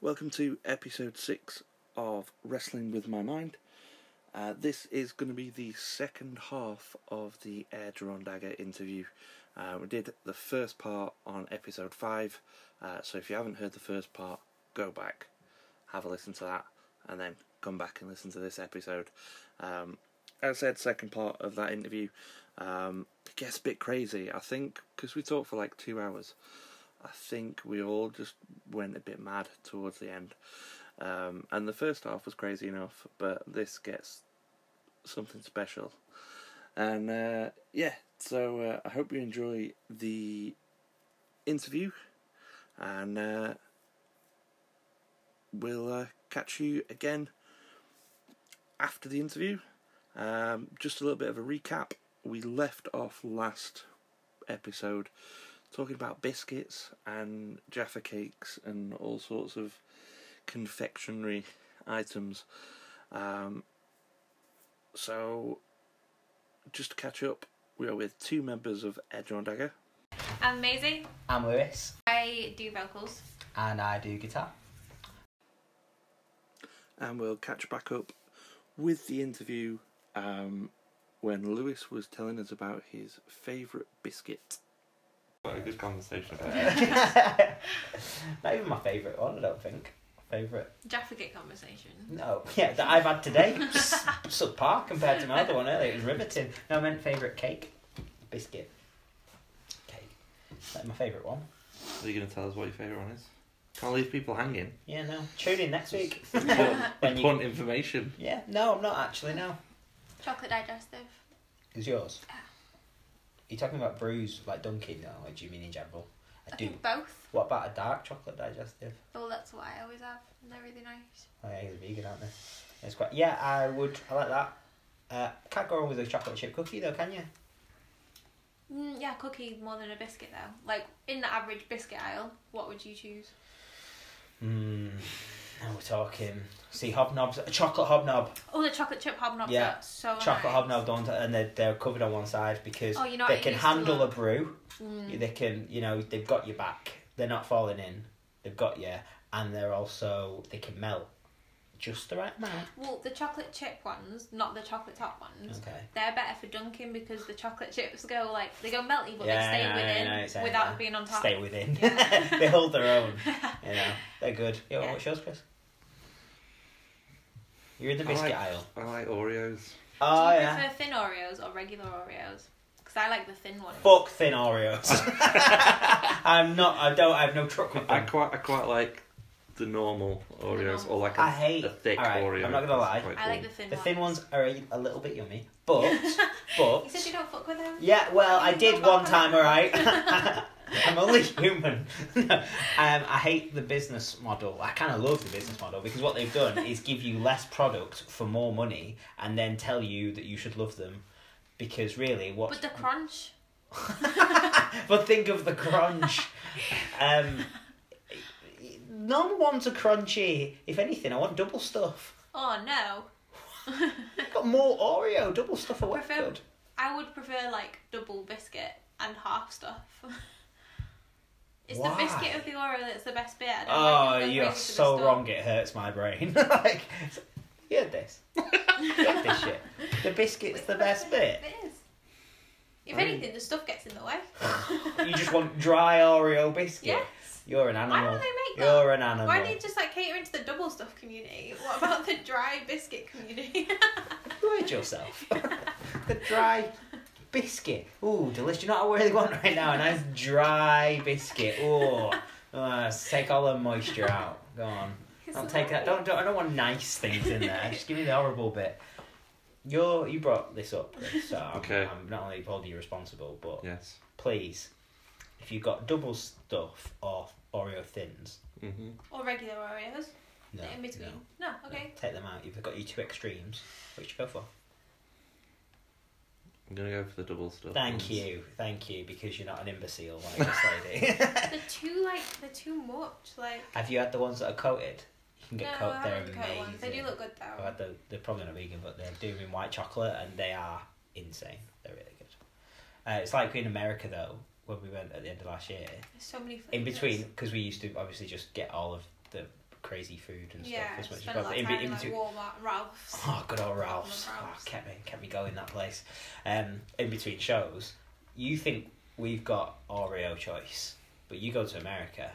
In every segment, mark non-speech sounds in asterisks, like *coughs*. Welcome to episode six of Wrestling with My Mind. Uh, this is going to be the second half of the Air Dagger interview. Uh, we did the first part on episode five, uh, so if you haven't heard the first part, go back, have a listen to that, and then come back and listen to this episode. Um, as I said, second part of that interview um, it gets a bit crazy. I think because we talked for like two hours, I think we all just went a bit mad towards the end. Um, and the first half was crazy enough, but this gets something special. And uh, yeah, so uh, I hope you enjoy the interview, and uh, we'll uh, catch you again after the interview. Um, just a little bit of a recap. We left off last episode talking about biscuits and Jaffa cakes and all sorts of confectionery items. Um, so, just to catch up, we are with two members of Edge on Dagger. I'm Maisie. I'm Lewis, I do vocals. and I do guitar. and we'll catch back up with the interview um, when Lewis was telling us about his favourite biscuit. Quite a good conversation Uh, *laughs* about it. Not even my favourite one, I don't think. Favourite? Jaffa Cake conversation. No, *laughs* yeah, that I've had today. S- Subpar compared to my other one earlier. It was riveting. No, I meant favourite cake, biscuit, cake. That's my favourite one. Are you going to tell us what your favourite one is? Can't leave people hanging. Yeah, no. Tune in next week. Important, When you- important information. Yeah, no, I'm not actually. No, Chocolate digestive. is yours? You're talking about brews like Dunkin' now, or do you mean in general? I I do. think both. What about a dark chocolate digestive? Well, that's what I always have, and they're really nice. Oh, yeah, he's a vegan, aren't they? It's quite. Yeah, I would. I like that. Uh, can't go wrong with a chocolate chip cookie, though, can you? Mm, yeah, cookie more than a biscuit though. Like in the average biscuit aisle, what would you choose? Hmm. Now we're talking. See hobnobs, a chocolate hobnob, Oh, the chocolate chip hobnobs. Yeah, are so chocolate Oh, nice. hobnob, don't, and they're, they're covered on one side because Oh, you know they what it can used to handle a look- brew. Mm. They can, you know, they've got your back. They're not falling in. They've got you, and they're also they can melt just the right amount. Well, the chocolate chip ones, not the chocolate top ones. Okay. They're better for dunking because the chocolate chips go like they go melty, but Yeah, they stay I know, I within know, it's- I without know. being on top. Stay within. Yeah. *laughs* they hold their own. *laughs* You know, they're good. Yo, Yeah. what's yours, Chris? You're in the I biscuit like- aisle. I like Oreos. Do you Oh yeah. prefer thin Oreos or regular Oreos? Because I like the thin ones. Fuck thin Oreos. *laughs* I'm not. I don't. I have no truck with I them. quite, I quite like the normal Oreos or like a I hate- a thick alright, Oreo. I'm not gonna lie. That's quite I like the cool. thin The ones. thin ones are a, a little bit yummy, *laughs* but but You said you don't fuck with them? yeah. Well, I You did don't one fuck time. All with *laughs* right. them. I'm only human. *laughs* No, um, I hate the business model. I kind of love the business model because what they've done is give you less product for more money, and then tell you that you should love them. Because really, what? but the crunch. *laughs* but think of the crunch. um, none ones are crunchy. If anything, I want double stuff. Oh no. *laughs* I've got more Oreo double stuff. Away. Prefer- I would prefer like double biscuit and half stuff. *laughs* it's Why? the biscuit of the Oreo that's the best bit. I don't Oh, like the you are flavours of the so stuff. wrong. It hurts my brain. *laughs* like, you *laughs* heard this. you heard this shit. The biscuit's the best bit. It is. If anything, the stuff gets in the way. *laughs* You just want dry Oreo *laughs* biscuit. yes. You're an Why animal. don't they make that? You're an animal. Why do you just like catering to the double stuff community? What about the dry biscuit community? *laughs* Word yourself. the dry biscuit. Ooh, delicious. You know what I really want right now? A nice dry biscuit. *laughs* Ooh. Uh, take all the moisture out. Go on. Don't take that. Don't, don't. I don't want nice things in there. Just give me the horrible bit. You're you brought this up, Chris, so I'm, Okay. I'm not only holding you responsible, but Yes. please, if you've got double stuff or Oreo thins, hmm or regular Oreos? no, in between. no, No, no, okay. take them out. You've got your two extremes. Which go for? I'm going to go for the double stuff. Thank ones. you, thank you, because you're not an imbecile like this lady. *laughs* They're too like they're too much. Like Have you had the ones that are coated? You can get no, I coated. They're haven't amazing. got ones. They do look good I've though. had the, they're probably not vegan, but they're doing white chocolate and they are insane. They're really good. Uh, it's like in America though, when we went at the end of last year. There's so many. Flavors. In between, because we used to obviously just get all of the crazy food and yeah, stuff as much as spend a lot possible. of In, time be- in, in like between, Walmart, Ralph's. *laughs* oh, good old Ralph's. Walmart, Oh, Ralph's. kept me kept me going that place. Um, in between shows, you think we've got Oreo choice, but you go to America.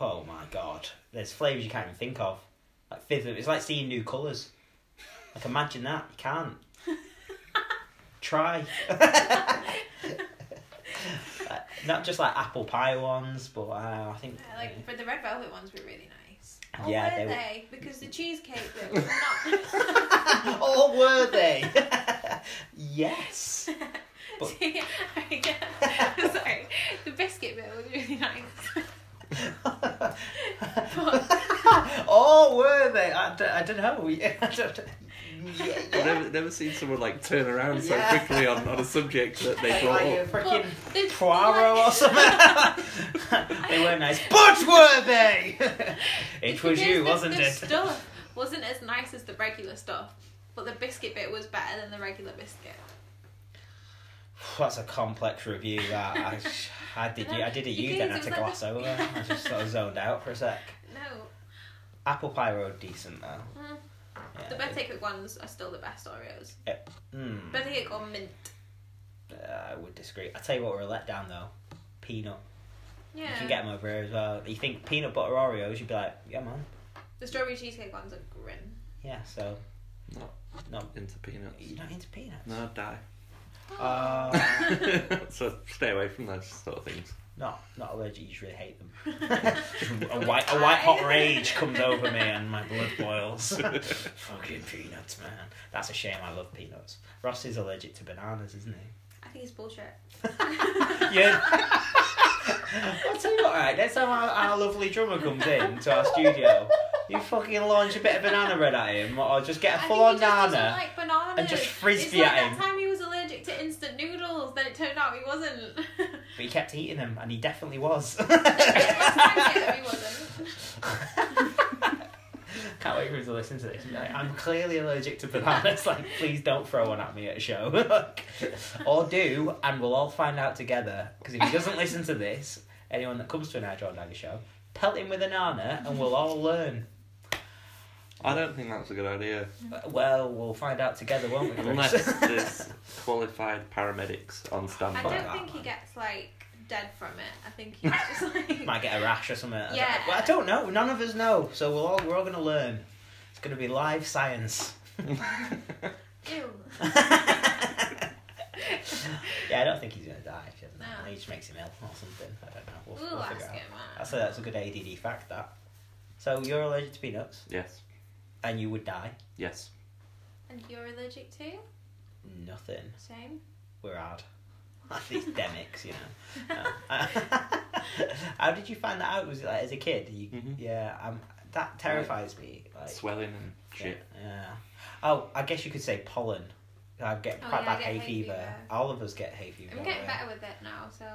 Oh my God! There's flavors you can't even think of. Like fifth, it's like seeing new colors. Like imagine that you *laughs* can't. Try. *laughs* Like, Not just like apple pie ones, but uh, I think Yeah, *laughs* like but the red velvet ones were really nice. Or Yeah, were they they? were- Because *laughs* the cheesecake that was not. *laughs* or were they? *laughs* yes. But- *laughs* See, I guess- *laughs* Sorry, the biscuit bit was really nice. *laughs* or Oh, were they? I, d- I don't know. *laughs* Yeah, I don't, yeah, I've yeah. never, never seen someone like turn around so Yeah. quickly on, on a subject that they Like, brought like a up. freaking But the- Poirot or *laughs* like- something. *laughs* they were nice, but were they? it It's was because you, the- wasn't the it? stuff wasn't as nice as the regular stuff, but the biscuit bit was better than the regular biscuit. That's a complex review. That *laughs* I, I did. You, I did a You you, then I guys had to are like gloss the- over. *laughs* I just sort of zoned out for a sec. No, Apple pie were decent though. Mm. Yeah, the it- birthday cake ones are still the best Oreos. mm. Birthday cake or mint. Uh, I would disagree. I tell you what, we're a letdown though. Peanut. Yeah. You can get them over here as well. You think peanut butter Oreos? You'd be like, yeah, man. The strawberry cheesecake ones are grim. Yeah. So Into peanuts. you're not into peanuts. No, I'd die. *laughs* *laughs* Uh, *laughs* so stay away from those sort of things. no, not allergic. You just really hate them. *laughs* *laughs* a white, a white hot rage comes over me and my blood *laughs* boils. Fucking peanuts, man. That's a shame. I love peanuts. Ross is allergic to bananas, *laughs* isn't he? I think it's bullshit. *laughs* Yeah. I'll tell you what, right, next time our, our lovely drummer comes in to our studio, you fucking launch a bit of banana bread at him, or just get a I full think on he just nana. doesn't like bananas. and just frisbee it's like at that him. time he was allergic to instant noodles, then it turned out he *laughs* wasn't. *laughs* But he kept eating them, and he definitely was. yeah, he wasn't. Can't wait for him to listen to this. Like, I'm clearly allergic to bananas. *laughs* Like, please don't throw one at me at a show. *laughs* Like, or do, and we'll all find out together. Because if he doesn't listen to this, anyone that comes to an Nigel Dagger show, pelt him with a nana, and we'll all learn. I don't think that's a good idea. Well, we'll find out together, won't we? Chris? *laughs* Unless there's qualified paramedics on I standby. don't think he gets like dead from it. I think he's *laughs* just like. might get a rash or something. I Yeah. don't- well, I don't know. None of us know. So we'll all we're all gonna learn. It's gonna be live science. *laughs* Ew. Yeah, I don't think he's gonna die. If he, doesn't. No. he just makes him ill or something. I don't know. We'll, We'll, we'll ask figure it out. him. uh, out. That's a, that's a good ADD fact. That. So you're allergic to peanuts, *laughs* yes. and you would die. Yes. And you're allergic to? Nothing. Same. We're hard. *laughs* Like these demics, you know. *laughs* *laughs* No. How did you find that out? Was it like as a kid? You, Mhm. Yeah, um, that terrifies me. Like, Swelling and shit. Yeah. Oh, I guess you could say pollen. I get Oh, quite yeah, I bad get hay, hay fever. fever. All of us get hay fever. I'm don't getting we? better with it now, so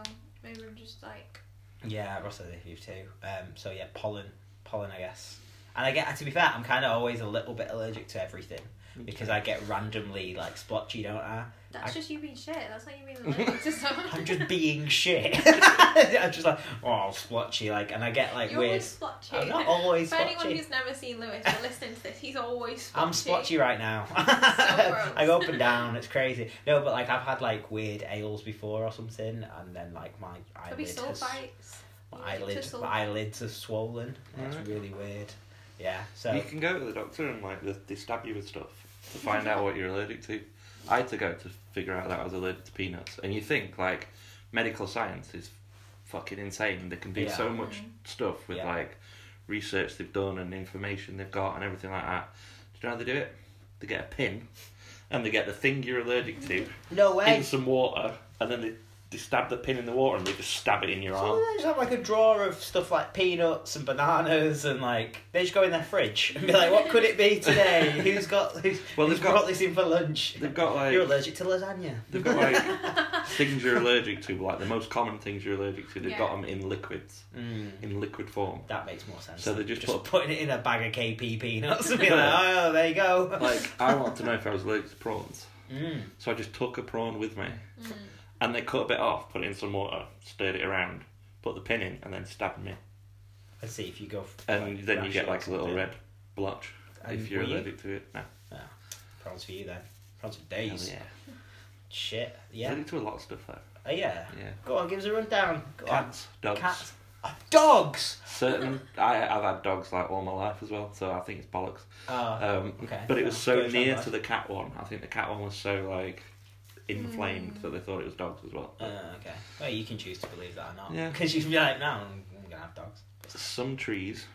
maybe I'm just like. Yeah, Ross has hay fever too. Um, so yeah, pollen, pollen, I guess. And I get to be fair, I'm kind of always a little bit allergic to everything because I get randomly like splotchy, don't I? That's I- just you being shit. That's not you *laughs* being allergic to something. *laughs* I'm just being shit. I'm just like oh I'm splotchy, like, and I get like You're weird. always splotchy. I'm not always For anyone splotchy. who's never seen Lewis or listening to this, he's always splotchy. I'm splotchy right now. *laughs* *laughs* gross. I go up and down. It's crazy. No, but like I've had like weird ales before or something, and then like my Could be eyelid soul has, bites. my You need to eyelids soul- my eyelids have swollen. That's Right. really weird. Yeah. So You can go to the doctor and like they, they stab you with stuff to find out what you're allergic to. I had to go to figure out that I was allergic to peanuts. And you think like medical science is fucking insane. They can do Yeah. so much stuff with Yeah. like research they've done and information they've got and everything like that. Do you know how they do it? They get a pin and they get the thing you're allergic to no way. in some water and then they, they stab the pin in the water and they just stab it in your So arm. they just have like a drawer of stuff like peanuts and bananas and like they just go in their fridge and be like, what could it be *laughs* today? who's got who's, Well, who's they've got- brought this in for lunch? They've got like *laughs* You're allergic to lasagna. They've got like things you're allergic to, like the most common things you're allergic to. They've 'em Yeah. got them in liquids, Mm. in liquid form. That makes more sense. So they than just put- putting it in a bag of KP peanuts *laughs* and be like, oh, there you go. Like I want to know if I was allergic to prawns, *laughs* Mm. so I just took a prawn with me, Mm. and they cut a bit off, put it in some water, stirred it around, put the pin in, and then stabbed me. Let's see if you go. f- And like, then you rash get or like a little something. red blotch And if you're were you? allergic to it. No. Oh, problems for you then. Problems for Hell days. yeah. Shit. Yeah. Allergic to a lot of stuff though. Oh, yeah. Yeah. Go on, give us a rundown. Go Cats, on. dogs. Cats. Oh, dogs. Certain. I, I've had dogs like all my life as well, so I think it's bollocks. Oh, Um, okay. But it was so Good, near sounds to the cat one. I think the cat one was so like inflamed that they thought it was dogs as well. Uh, okay. Well, you can choose to believe that or not. Yeah. Because you'd be like, no, I'm going to have *laughs* dogs. Some trees.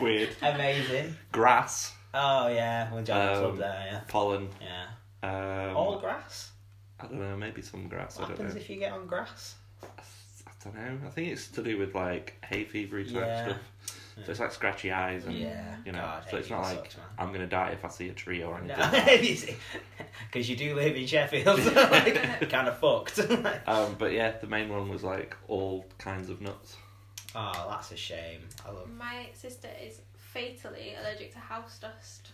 Weird. Amazing. Grass, Oh, yeah. Well, John's Um, up there, pollen. yeah. Yeah. Um, All grass? I don't know. Maybe some grass. What I don't happens know. if you get on grass? I don't know. I think it's to do with like hay fevery type Yeah. stuff. So it's like scratchy eyes and Yeah. Um, you know. God, so it's hay not fever like sucks, man. I'm gonna die if I see a tree or anything. *laughs* No, because you do live in Sheffield, so *laughs* like, kind of fucked. *laughs* Um, but yeah, the main one was like all kinds of nuts. oh, that's a shame. I love. My sister is fatally allergic to house dust.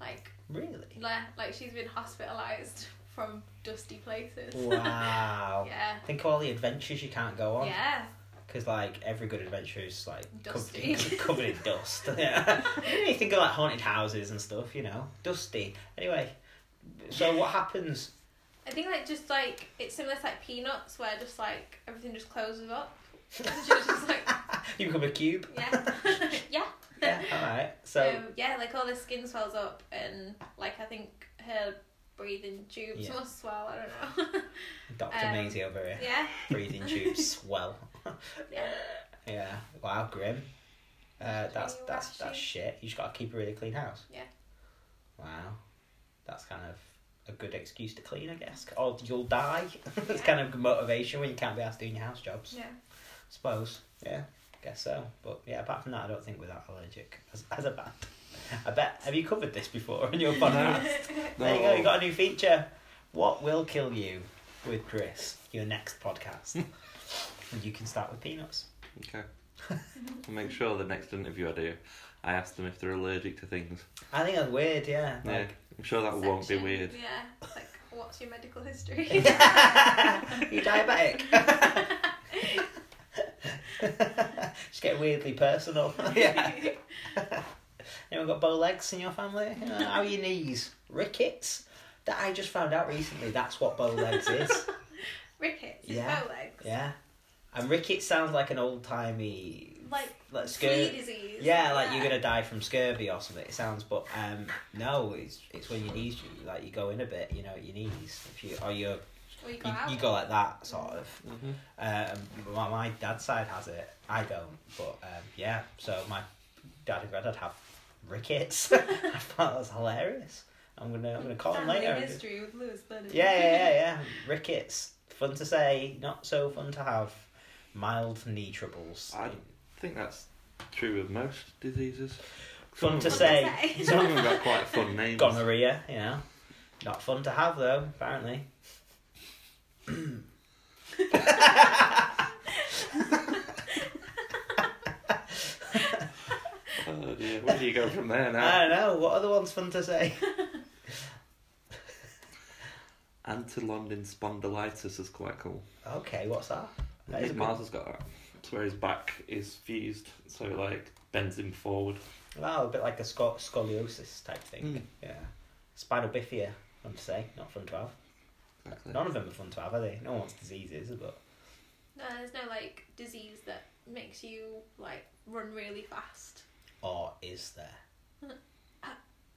Like, *laughs* Really? le- like she's been hospitalised from dusty places. Wow. *laughs* yeah. Think of all the adventures you can't go on. Yeah. Because like every good adventure is like Dusty. covered, covered in *laughs* dust. Yeah. you know, you think of like haunted houses and stuff. You know, dusty. Anyway, so what happens? *laughs* I think like just like it's similar to like peanuts where just like everything just closes up. So she's just like You become a cube. yeah, *laughs* *laughs* yeah. yeah. All right. So So yeah, like all the skin swells up and like I think her breathing tubes Yeah. must swell. I don't know. *laughs* *laughs* Doctor um, Maisie over here, yeah, breathing *laughs* tubes swell. yeah. Yeah. Wow. Grim. Uh, that's Really that's rashy. that's shit. You just gotta keep a really clean house. Yeah. Wow. That's kind of a good excuse to clean, I guess. Or you'll die. *laughs* It's kind of good motivation when you can't be asked doing your house jobs. *laughs* Yeah. Suppose. Yeah. Guess so. But yeah, apart from that, I don't think we're that allergic as, as a band. I bet. Have you covered this before in *laughs* your podcast? There you go. You got a new feature. What will kill you with Chris? Your next podcast. and you can start with peanuts. *laughs* Okay. I'll make sure the next interview I do, I ask them if they're allergic to things. I think that's weird. Yeah. Like, yeah, I'm sure that won't be Section, weird. Yeah, it's like what's your medical *laughs* history? *laughs* you diabetic. *laughs* Just get weirdly personal. *laughs* yeah. Anyone got bow legs in your family? You know, How are your knees? Rickets? That I just found out recently. That's what bow *laughs* legs is. Rickets. Yeah. Yeah. Bow legs. Yeah. And rickets sounds like an old timey Like like flea scurvy. disease. Yeah, like you're gonna die from scurvy or something. It sounds, but um, no, it's it's when your knees like you go in a bit. You know, at your knees. If you or you're Or you go you, out. you go like that sort of. Mhm. Um, my, my dad's side has it. I don't, but um, yeah. So my dad and granddad have rickets. *laughs* I thought that was hilarious. I'm gonna I'm gonna call him Family later. and just- history with Lewis Bennett. Yeah, yeah, yeah, *laughs* yeah. Rickets, fun to say, not so fun to have. Mild knee troubles. I I think that's true of most diseases. Fun to Some of Fun them- say. say. Some of them got *laughs* quite fun names. Gonorrhea, you know, not fun to have though. Apparently. *laughs* Oh dear, where do you go from there I now? don't know. What other one's fun to say? Antulondin spondylitis is quite cool. okay, what's that? I That is a think good- Mars has got that. It's where his back is fused, so like bends him forward. Well, Ah, a bit like a sco- scoliosis type thing. Mm. Yeah. Spinal bifida, fun to say, not fun to have. Exactly. None of them are fun to have, are they? No one wants diseases, but *laughs* No, there's no like disease that makes you like run really fast. or is there?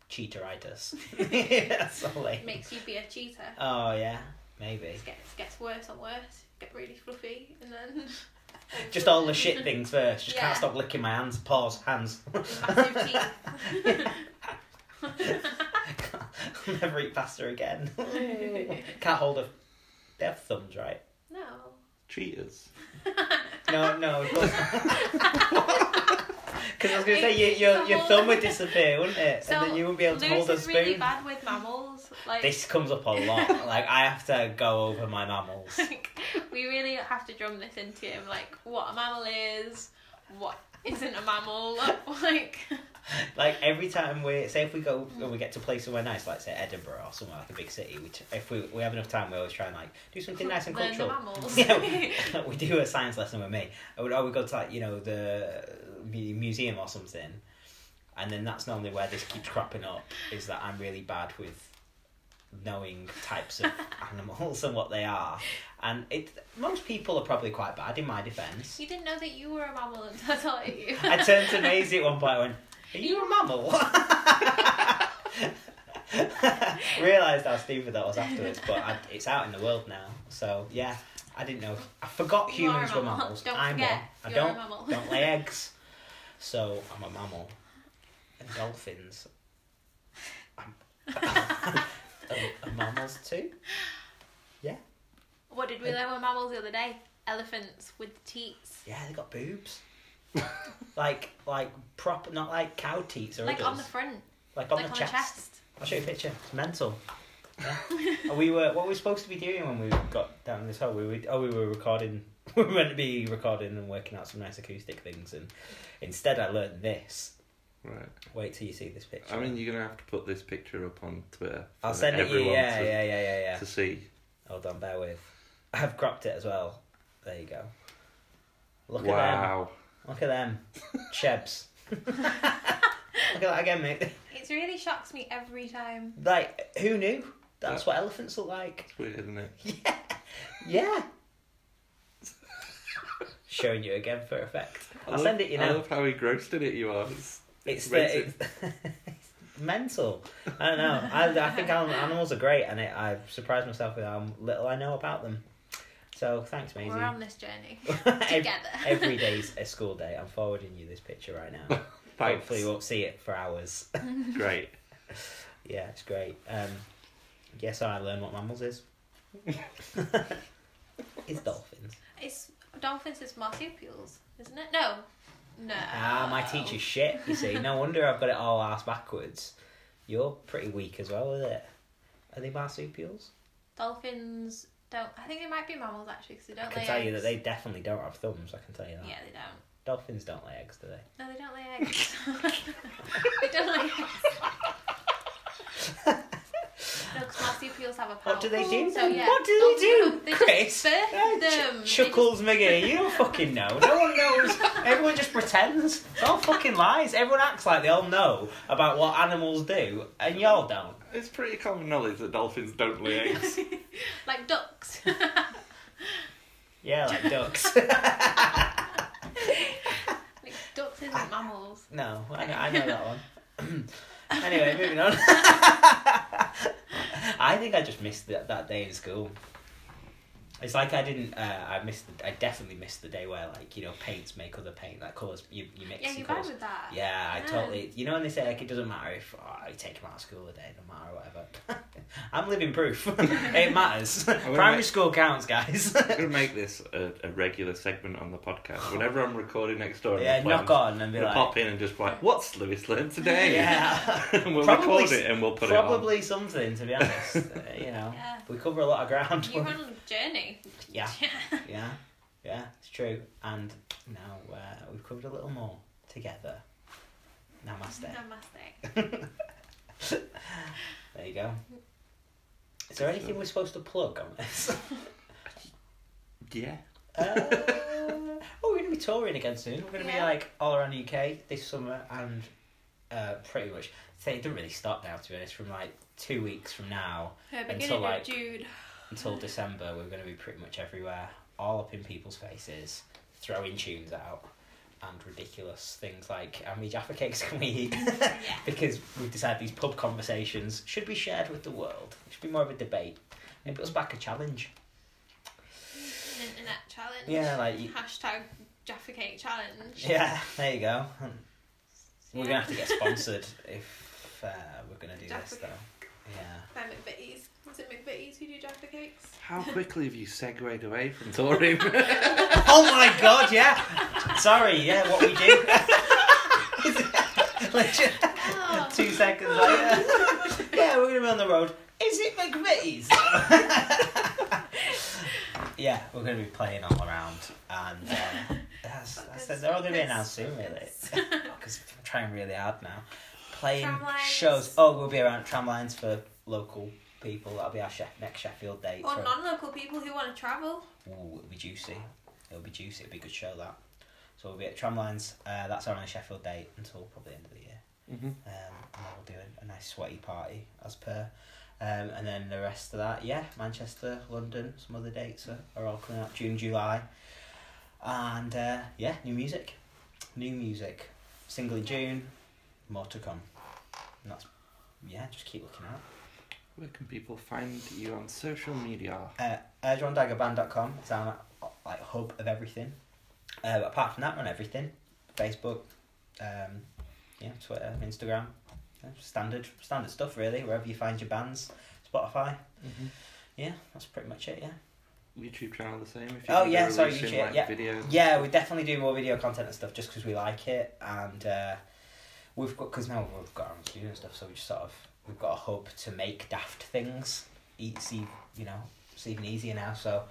Cheateritis. *laughs* That's so lame. It makes you be a cheater. Oh yeah, maybe. It gets gets worse and worse. Get really fluffy and then *laughs* Just all the shit things first. Just Yeah. can't stop licking my hands, paws, hands. *laughs* *laughs* massive teeth. *laughs* I'll never eat pasta again. can't hold a. They have thumbs, right? No. Cheaters. *laughs* No, no, of course Because I was going to say, It's your, your, the your whole- *laughs* thumb would disappear, wouldn't it? So and then you wouldn't be able to Lewis hold a is spoon. really bad with mammals. Like, This comes up a *laughs* lot. Like, I have to go over my mammals. like we really have to drum this *laughs* into him. *laughs* Like what a mammal is, what isn't a mammal. Like like every time we say if we go and we get to play somewhere nice, like say Edinburgh or somewhere like a big city, we t- if we we have enough time, we always try and like do something nice and Learn cultural. the mammals. *laughs* yeah, we *laughs* do a science lesson with me. I would always go to like you know the mu- museum or something, and then that's normally where this keeps cropping up. Is that I'm really bad with knowing types of *laughs* animals and what they are, and it most people are probably quite bad. In my defence, You didn't know that you were a mammal until I told you. *laughs* I turned to Maisie at one point and went, Are you a mammal? *laughs* Realised how stupid that was afterwards, but I, it's out in the world now. So, yeah, I didn't know. I *laughs* forgot You are a humans were mammal. mammals. Don't I'm forget, one. I you're a don't, mammal. *laughs* don't lay eggs. So, I'm a mammal. And dolphins. I'm, *laughs* are, are mammals too? *laughs* What did we learn with mammals the other day? Elephants with teats. Yeah, they *laughs* got boobs. like, like proper, not like cow teats or Like on the others. front. like on like the chest. I'll show you a picture. It's mental. Yeah. we were what were we supposed to be doing when we got down this hole. We were oh we were recording. *laughs* We were meant to be recording and working out some nice acoustic things, and instead I learned this. Right. Wait till you see this picture. I mean, you're gonna have to put this picture up on Twitter. I'll for send it you. everyone Yeah, to, yeah, yeah, yeah, yeah. to see. Hold on, bear with. I've cropped it as well. There you go. Look at them. wow. Look at *laughs* them. Chebs. Look at that again, mate. It really shocks me every time. Like, who knew? Uh, That's what elephants look like. It's weird, isn't it? *laughs* Yeah. Yeah. Showing you again for effect. I'll I love- send it you I now. love how engrossed in it you are. It's the, amazing. it's, *laughs* it's mental. I don't know. I, I think anim- animals are great, and it, I've surprised myself with how little I know about them. So thanks, Maisie. We're on this journey. *laughs* Ev- together. *laughs* every day's a school day. I'm forwarding you this picture right now. *laughs* Thanks. Hopefully, you won't see it for hours. *laughs* Great. yeah, it's great. Um, yes, I learned what mammals *laughs* is. it's dolphins. It's dolphins is marsupials, isn't it? No. No. Ah, my teacher's shit, you see. No wonder I've got it all ass backwards. You're pretty weak as well, is it? Are they marsupials? Dolphins don't. I think they might be mammals actually, because they don't I lay can tell you that eggs. they definitely don't have thumbs, I can tell you that. Yeah, they don't. Dolphins don't lay eggs, do they? No, they don't lay eggs. *laughs* they don't lay eggs. *laughs* No, 'cause marsupials have a pouch. What do they do? So, yeah, what do they do, dolphins- They just Chris? birth Ah, Ch- them. *laughs* They Chuckles McGee, you don't fucking know. No one knows. Everyone just pretends. It's all fucking lies. Everyone acts like they all know about what animals do, and y'all don't. It's pretty common knowledge that dolphins don't lay eggs. *laughs* like ducks. *laughs* Yeah, like ducks. *laughs* like ducks isn't mammals. No, I know, I know that one. *coughs* anyway, moving on. I think I just missed that, that day in school. It's like I didn't. Uh, I missed. The, I definitely missed the day where, like, you know, paints make other paint. Like colors, you you mix. Yeah, your you're bad colours. with that. Yeah, I Yeah. totally. You know when they say like it doesn't matter if oh, you take them out of school a day, no matter whatever. *laughs* I'm living proof. *laughs* it matters. *laughs* gonna Primary make- school counts, guys. *laughs* I'm gonna make this a, a regular segment on the podcast. Whenever I'm recording next door, yeah, knock on and I'm be gonna like, pop in and just be like, "What's Lewis learned today?" yeah. *laughs* and we'll Probably record it and we'll put it Probably something, to be *laughs* honest. uh, you know, Yeah. we cover a lot of ground. You're on a journey. *laughs* *laughs* yeah, yeah, yeah, it's true. And now uh, we've covered a little more together. Namaste. Namaste. There you go. Is there anything we're supposed to plug on this? on. Yeah. uh, oh, we're going to be touring again soon. We're going to be Yeah. like all around the UK this summer and uh, pretty much. So it doesn't really stop now, to be honest. From like two weeks from now, Her Until, beginning like- of *laughs* Jude. until December, we're going to be pretty much everywhere, all up in people's faces, throwing tunes out, and ridiculous things like how many Jaffa cakes can we *laughs* eat? Yeah. because we've decided these pub conversations should be shared with the world. It should be more of a debate. It puts back a challenge. An internet challenge. Yeah, like you- Hashtag Jaffa Cake Challenge. yeah, there you go. *laughs* We're gonna have to get Yeah. sponsored if uh, we're gonna do this though. Yeah. By McVitie's. Is it McVitie's who do Jaffa *laughs* Cakes? How quickly have you segued away from touring? *laughs* Oh my god! Yeah. Sorry. Yeah. What we do. *laughs* Legit- Oh. Two seconds later. *laughs* yeah, we're gonna be on the road. Is it *laughs* McVitie's? yeah, we're gonna be playing all around, and uh, uh, that's, that's, they're all going to be announced soon, really. *laughs* Because I'm trying really hard now. Playing Tramlines. shows. Oh, we'll be around tramlines for local people. That'll be our Sheff- next Sheffield date. *laughs* or for- non-local people who want to travel. Ooh, it'll be juicy. It'll be juicy. It'll be a good show that. So we'll be at Tramlines. Uh, that's our only Sheffield date until probably end of the year. Mm-hmm. Um, and then we'll do a, a nice sweaty party as per. Um, and then the rest of that, yeah, Manchester, London, some other dates are, are all coming up June, July. And uh, yeah, new music. New music. Single in June, more to come. And that's, yeah, just keep looking out. Where can people find you on social media? Uh, AirdrawnDaggerBand.com is our like hub of everything. Uh, but apart from that, we're on everything: Facebook, um, yeah, Twitter, Instagram, yeah, standard standard stuff really. Wherever you find your bands, Spotify. Yeah, that's pretty much it. Yeah. YouTube channel the same. If you Oh, can be yeah, sorry, releasing, YouTube, yeah. Videos. Yeah, we definitely do more video content and stuff just because we like it, and uh, we've got because now we've got our own studio and stuff, so we just sort of we've got a hub to make daft things. It's e- you know it's even easier now. So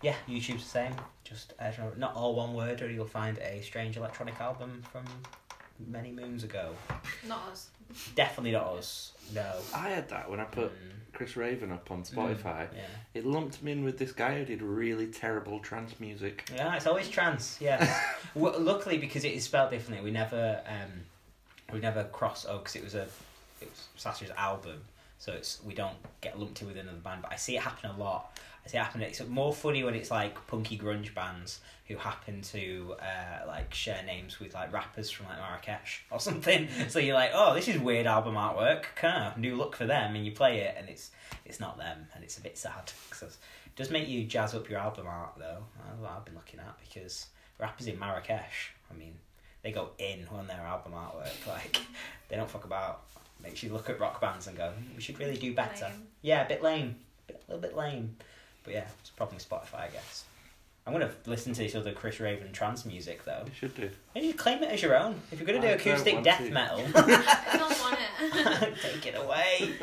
yeah, YouTube's the same. Just uh, not all one word, or you'll find a strange electronic album from many moons ago. Not us. Definitely not us. No. I had that when I put Mm, Chris Raven up on Spotify. yeah. It lumped me in with this guy who did really terrible trance music. Yeah, it's always trans. Yeah. well, luckily, because it is spelled differently, we never um, we never cross over because it was a it was Sasha's album, so it's we don't get lumped in with another band. But I see it happen a lot. I see it happen. It's more funny when it's like punky grunge bands who happen to uh, like share names with like rappers from like Marrakesh or something. so you're like, oh, this is weird album artwork. Kind of new look for them, and you play it, and it's it's not them, and it's a bit sad 'cause does make you jazz up your album art though. That's what I've been looking at because rappers in Marrakesh, I mean, they go in on their album artwork. *laughs* Like they don't fuck about. Makes you look at rock bands and go, "Hmm, we should really do better. Lame. Yeah, a bit lame, a, bit, a little bit lame, but yeah, it's a problem with Spotify, I guess. I'm gonna listen to this other Chris Raven trance music though. You should do. Maybe you claim it as your own. If you're gonna do I don't acoustic want death to. *laughs* metal, *laughs* I don't want it. *laughs* take it away.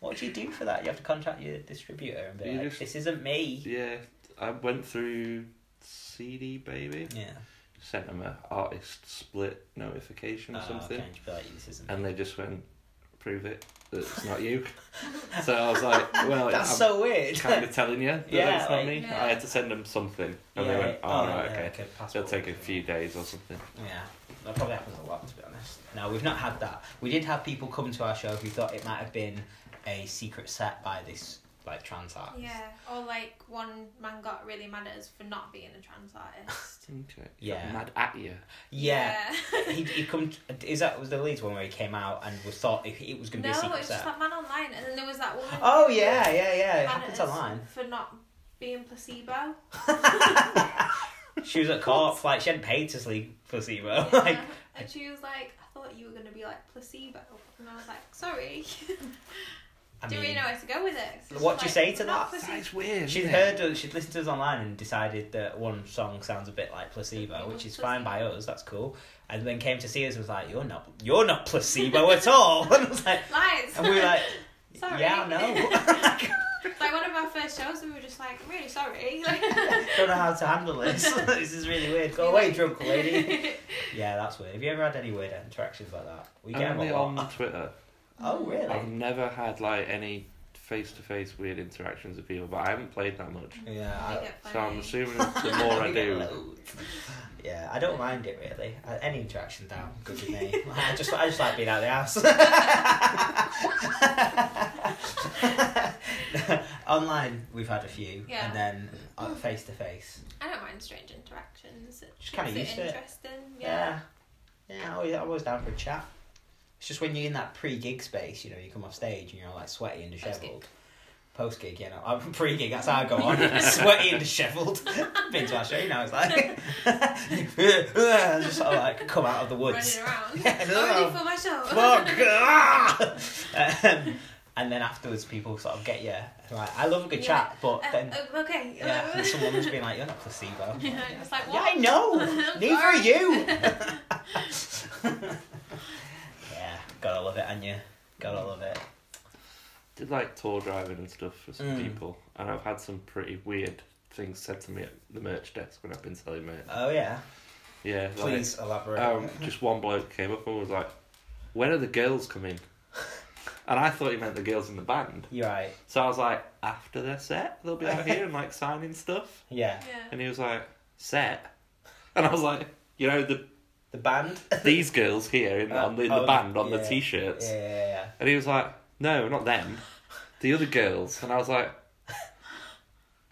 What do you do for that? You have to contact your distributor and be You like, just- "This isn't me." Yeah, I went through CD Baby, Yeah. sent them a artist split notification or Oh, something, okay, just be like, this isn't and they just went, "Prove it that it's not you." so I *laughs* was like, "Well, That's I'm so weird. *laughs* kind of telling you that Yeah, it's not like- me." Yeah. I had to send them something, and they went, "Oh, right, okay." It'll passport. take a few days or something. Yeah, that probably happens a lot, to be honest. No, we've not had that. We did have people come to our show who thought it might have been a secret set by this like trans artist. yeah. Or like one man got really mad at us for not being a trans artist. Okay. Yeah. Mad at you. *laughs* Yeah. he he come. Is that was the Leeds one where he came out and was thought it, it was going to *laughs* no, be a it secret was set. just that man online, and then there was that woman. Oh yeah, yeah, yeah. It mad at happens us online. for not being *laughs* placebo. She was at court, like she hadn't paid to sleep placebo. Yeah. *laughs* Like and she was like, I thought you were gonna be like placebo, and I was like, sorry. *laughs* I Do we mean- know where to go with it? 'Cause it's What do you like, say to we're not that? placebo. That's weird. She'd isn't it? heard, us- she'd listened to us online and decided that one song sounds a bit like placebo, which is fine by us. That's cool. And then came to see us and was like, "You're not, you're not placebo at all." *laughs* And I was like, Lies. and we were like, *laughs* Sorry. "Yeah, no, *laughs* *laughs* like one of our first shows, we were just like, I'm really sorry. *laughs* Like, don't know how to handle this. *laughs* this is really weird. Go away, drunk *laughs* lady." Yeah, that's weird. Have you ever had any weird interactions like that? We get 'em Only a lot. on Twitter. Oh, I've really? never had like any face to face weird interactions with people, but I haven't played that much. Yeah. They I- get So I'm funny. assuming the more I We get *laughs* do, loads. Yeah, I don't mind it really. Uh, Any interaction down, good with me. I just, I just like being out the house. *laughs* Online, we've had a few, Yeah. and then uh, face to face. I don't mind strange interactions. It Just kinda keeps used it to it. interesting. Yeah. Yeah, yeah. I was, I was down for a chat. It's just when you're in that pre-gig space, you know, you come off stage and you're all like sweaty and Post-gig. dishevelled. Post gig, you know, I'm *laughs* pre gig. That's how I go on, *laughs* sweaty and dishevelled. *laughs* Been to our show, you know, it's like *laughs* just sort of like come out of the woods. Running around. *laughs* Yeah, no. I'm ready for my show. *laughs* Fuck! ah! *laughs* um, and then afterwards, people sort of get you. Like, I love a good Yeah. chat, but Uh, then uh, okay. yeah, and *laughs* someone has been like, "You're not placebo." Yeah, it's like, Yeah, what? I *laughs* know. I'm Neither are sorry. you. yeah, gotta love it, Anya. Gotta love it. did like tour driving and stuff for some Mm. people, and I've had some pretty weird things said to me at the merch desk when I've been selling merch. Oh yeah. Yeah, like- Please elaborate. Um, just one bloke came up and was like, "When are the girls *laughs* coming?" And I thought he meant the girls in the band. You're right. So I was like, "After their set, they'll be out here and like signing stuff." Yeah. *laughs* Yeah. And he was like, "Set," and I was like, "You know the The band. *laughs* these girls here in, on the, in the Oh, band on the yeah. t-shirts," Yeah, yeah, yeah. and he was like, "No, not them, the other girls," and I was like.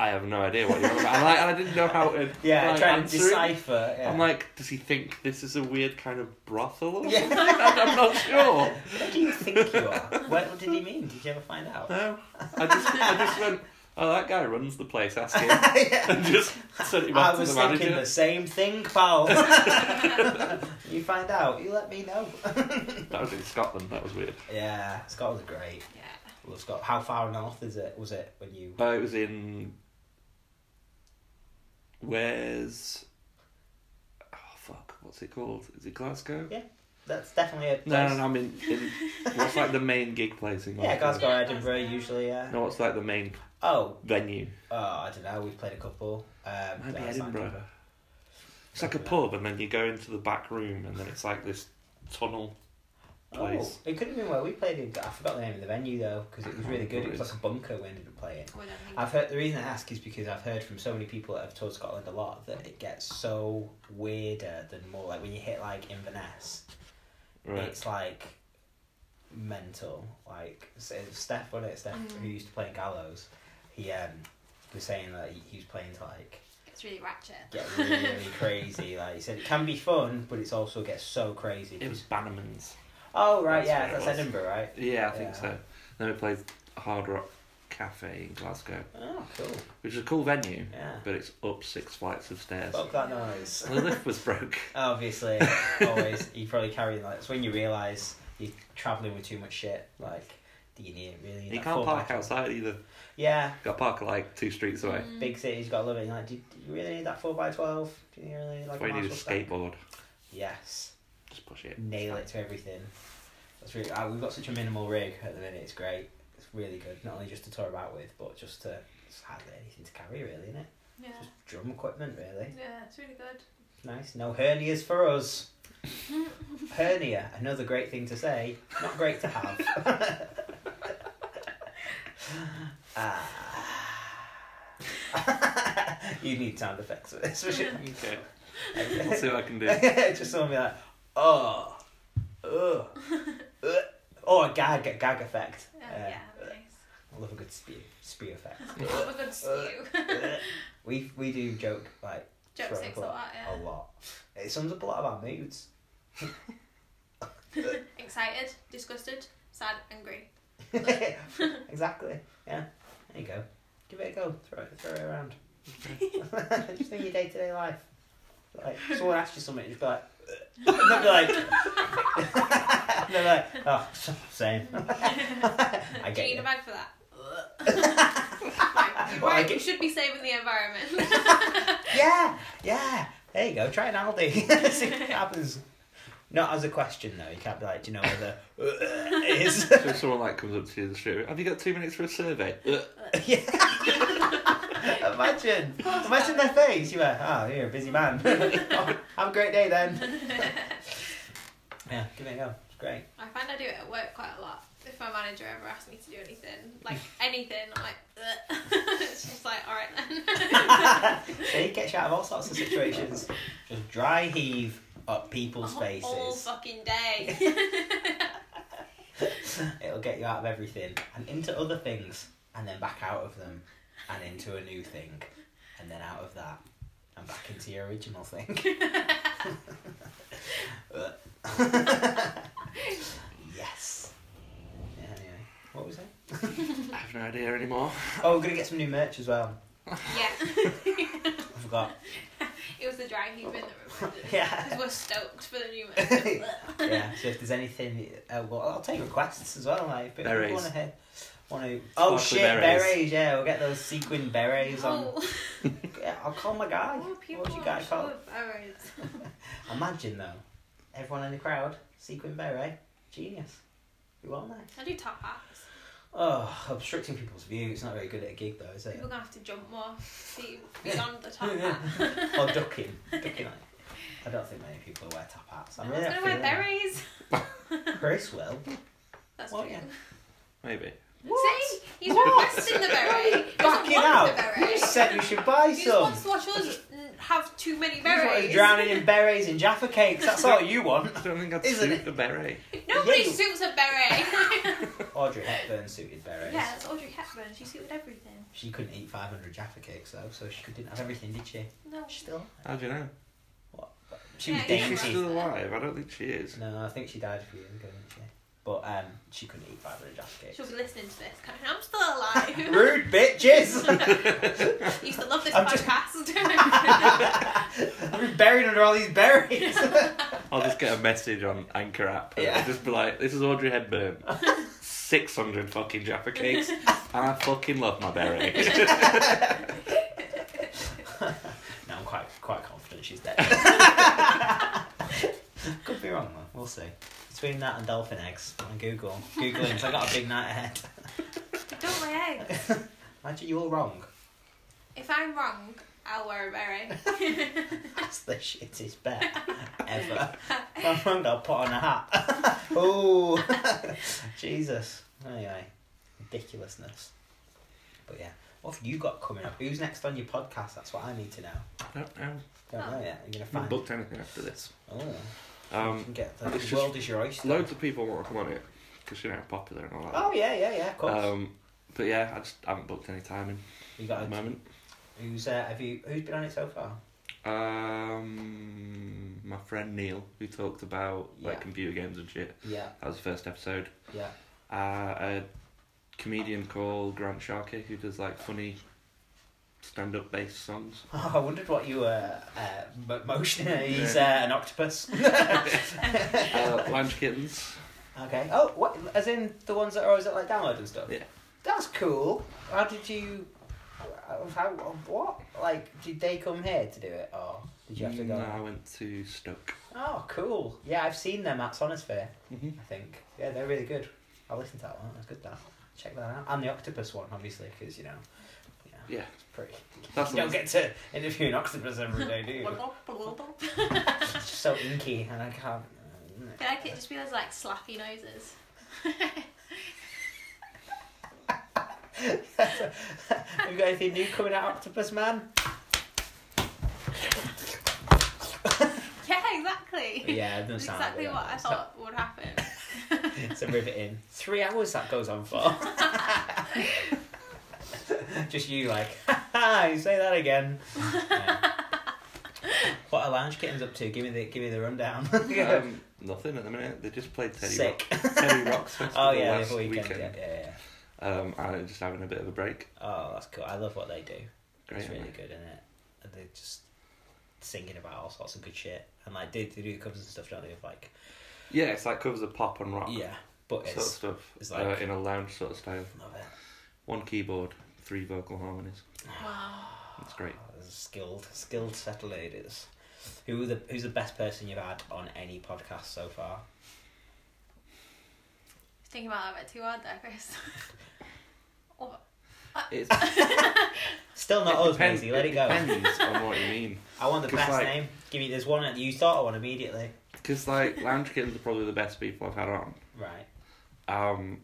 I have no idea what you're on about. And I, I didn't know how to *laughs* Yeah, like, trying to answer it. decipher. Yeah. I'm like, does he think this is a weird kind of brothel? *laughs* Or Yeah. something? *laughs* I'm not sure. what do you think you are? What did he mean? Did you ever find *laughs* out? No, I just, I just went. Oh, that guy runs the place. Ask *laughs* him. *laughs* Yeah. And just sent him I off to was the thinking manager. the same thing, *laughs* pal. *laughs* you find out, you let me know. *laughs* That was in Scotland. That was weird. yeah, Scott was great. Yeah. *laughs* Love Scott. How far north is it? Was it when you? No, Uh, it was in. Where's? Oh fuck! What's it called? Is it Glasgow? Yeah, That's definitely a place. No, no, no. I mean, in, what's like the main gig place in Glasgow? Yeah, Glasgow, Yeah, Edinburgh, Glasgow. usually. Yeah. No, what's like the main Oh, venue? oh, I don't know. We've played a couple. Um, Might be outside Edinburgh. Edinburgh. It's like a pub, and then you go into the back room, and then it's like this tunnel place. Oh, it could have been where we played. In, I forgot the name of the venue though, because it was really good. It was like a bunker. We ended up playing. Well, I think- I've heard the reason I ask is because I've heard from so many people that have toured Scotland a lot that it gets so weirder than more like when you hit like Inverness, Right. it's like mental. Like so Steph, wasn't it? Steph, who used to play in Gallows, he um was saying that he, he was playing to like It's really ratchet. *laughs* get really, really *laughs* crazy. Like he said, it can be fun, but it's also gets so crazy. It was Bannerman's. oh right, That's yeah, where it that's was. Edinburgh, right? Yeah, I think Yeah. so. Then we played Hard Rock Cafe in Glasgow, Oh, cool. which is a cool venue, Yeah. but it's up six flights of stairs. Fuck that noise. *laughs* The lift was broke. Obviously, *laughs* always you probably carry like it's when you realise you're travelling with too much shit. Like, do you need it really? You Like, can't full park back- outside either. Yeah, Got to park like two streets away. Mm, big cities got to love it. You're like, do, do you really need that four x twelve? Do you really need, like? That's why you a need a Marshall stack? skateboard. Yes, Just push it. nail it to everything. That's really. Uh, we've got such a minimal rig at the minute. It's great. It's really good. Not only just to tour about with, but just to. It's hardly anything to carry, really, isn't it? Yeah. *laughs* Just drum equipment, really. Yeah, it's really good. Nice. No hernias for us. Hernia, another great thing to say, not great to have. *laughs* ah. *laughs* you need sound effects for this. for sure. *laughs* Okay. We'll see what I *laughs* can do. Just someone be like, oh, *laughs* ugh, ugh. or a gag, a gag effect. Oh, Uh, yeah, nice. *laughs* I love a good spew, *laughs* spew effect. Love a good stew. uh, we we do joke like *laughs* Joke throughout six the a plot lot, yeah. a lot. It sums up a lot of our moods. Excited, disgusted, sad, angry. *laughs* *laughs* exactly. Yeah. There you go. Give it a go. Throw it, throw it around. *laughs* just in your day to day life. Like someone asks you something, just be *laughs* like, and they'll be like, and they're like, *laughs* oh, *laughs* same. I Do get you need you. a bag for *laughs* that? *laughs* You're Well, I right, get- you should be saving the environment. Yeah, yeah. There you go. Try an Aldi. *laughs* See what happens. Not as a question though. You can't be like, do you know *laughs* where the is? So if someone like comes up to you in the street, have you got two minutes for a survey? Uh, yeah. *laughs* Imagine. Imagine their face. You were, oh, you're a busy *laughs* man. Oh, have a great day then. *laughs* *laughs* Yeah, give it a go. It's *laughs* great. I find I do it at work quite a lot. If my manager ever asks me to do anything, like anything, I'm like, "Ugh." *laughs* it's just like, alright *laughs* then. So you *laughs* get out of all sorts of situations. Just dry heave up people's All faces. fucking day. *laughs* *laughs* It'll get you out of everything and into other things, and then back out of them, and into a new thing, and then out of that, and back into your original thing. *laughs* yes. Yeah, anyway. What was that? I have no idea anymore. Oh, we're gonna get some new merch as well. yeah. I forgot. It was the dry heaving that reminded us. Yeah. Because we're stoked for the *laughs* new merch. *laughs* yeah. So if there's anything, uh, well, I'll take requests as well. Like, but Berets. if you want to, want to. Oh Sparkly shit, berets. berets. Yeah, we'll get those sequin berets on. Oh, *laughs* Yeah, I'll call my guy. oh, people what do you are guys full call? of arrows. *laughs* Imagine though, everyone in the crowd, sequin beret, genius. You want that? I do top hats. Oh, obstructing people's view. It's not very good at a gig though, is it? People are *laughs* gonna have to jump more, see beyond the top hat. *laughs* or Oh, ducking, ducking like. I don't think many people wear top hats. I I'm was really gonna not wear feeling berets. it. *laughs* Chris will. That's Well, true. yeah. Maybe. See, he's What? requesting the beret. He doesn't Fucking want out! the beret. You said you should buy He just some. wants to watch us n- have too many You just want berets. to *laughs* drowning in berets and jaffa cakes. That's all you want. I don't think I'd Isn't suit it? a beret. Nobody Yeah, you- suits a *laughs* beret. Audrey Hepburn suited berets. yeah, it's Audrey Hepburn. She suited everything. She couldn't eat 500 jaffa cakes though, so she didn't have everything, did she? No. She still. How do you know? She Yeah, was Is she Dangerous. dainty. still alive? I don't think she is. No, I think she died a few years ago, didn't she? But um, she couldn't eat 500 jaffa cakes. She'll be listening to this. Going, I'm still *laughs* alive. Rude bitches! *laughs* used to love this I'm just- podcast. *laughs* I've been buried under all *laughs* these berries. I'll just get a message on Anchor app. And Yeah. I'll just be like, this is Audrey Hepburn. 600 fucking Jaffa cakes. And I fucking love my *laughs* beret. no, I'm quite quite confident she's dead. *laughs* Could be wrong though. We'll see. Between that and dolphin eggs on Google, googling, 'cause I got a big night ahead. *laughs* Don't lay eggs. Imagine you all wrong. If I'm wrong, I'll wear a beret. *laughs* *laughs* That's the shittest bet ever. if I'm wrong, I'll put on a hat. *laughs* oh, Jesus. Anyway, ridiculousness. But yeah, what have you got coming up? Who's next on your podcast? That's what I need to know. I don't know. Don't Oh. know yet. I'm gonna I haven't find. booked anything after this. Oh, you Um, can get the, it's the just world is your oyster. loads of people want to come on it because you know popular and all that. Oh yeah, yeah, yeah. Of course. Um, but yeah, I just haven't booked any time in you at got the a, moment. who's uh, have you who's been on it so far? Um, my friend Neil, who talked about like Yeah. computer games and shit, Yeah, that was the first episode. yeah. *laughs* Uh, a comedian called Grant Sharkey, who does like funny stand-up *laughs* based songs. I wondered what you were uh, mo- motioning. He's uh, an *laughs* octopus. Uh, Lounge Kittens. Okay. Oh, what? As in the ones that are always at like download and stuff. Yeah. That's cool. How did you? uh, How? What? Like, did they come here to do it, or did you have to go? No, Mm, I went *laughs* to Stoke. Oh, cool. Yeah, I've seen them at Sonosphere. Mhm. I think. Yeah, they're really good. I'll listen to that one. That's good. That. Check that out. And the octopus one, obviously, because you know. Yeah. Yeah. It's pretty. That's you the don't one. get to interview an octopus every day, do you? *laughs* I it's just so inky, and I can't. uh, feel like it just feels like slappy *laughs* noises. Have you got anything new coming out, Octopus Man? yeah, exactly. Yeah, it doesn't That's sound exactly like what I that. thought would *sighs* happen. *laughs* It's a riveting. Three hours that goes on for. *laughs* Just you like, *laughs* "Ha, ha you say that again. Yeah. What are lounge kittens up to? Give me the give me the rundown. Um, nothing at the minute. They just played *laughs* Teddy Sick. Rock. *laughs* *laughs* Teddy Rock's festival oh yeah, last the weekend. weekend. Yeah, yeah, yeah. Um, and I'm just having a bit of a break. Oh, that's cool. I love what they do. Great, it's really aren't good, isn't it? And they're just singing about all sorts of good shit. And like they, they do covers and stuff, don't they? Of like Yeah, it's like covers of pop and rock. yeah, but Sort of it's stuff. it's uh, like- in a lounge sort of style. love it. One keyboard, three vocal harmonies. Wow. It's great. Oh, skilled, skilled set of ladies. Who the who's the best person you've had on any podcast so far? Thinking about that a bit too hard there, Chris. It's, Still not us, Maisie. Let it go. depends on what you mean. I want the 'Cause, best like- name. Give me there's one that you thought of one immediately. Because like lounge kittens are probably the best people I've had on. Right. Um,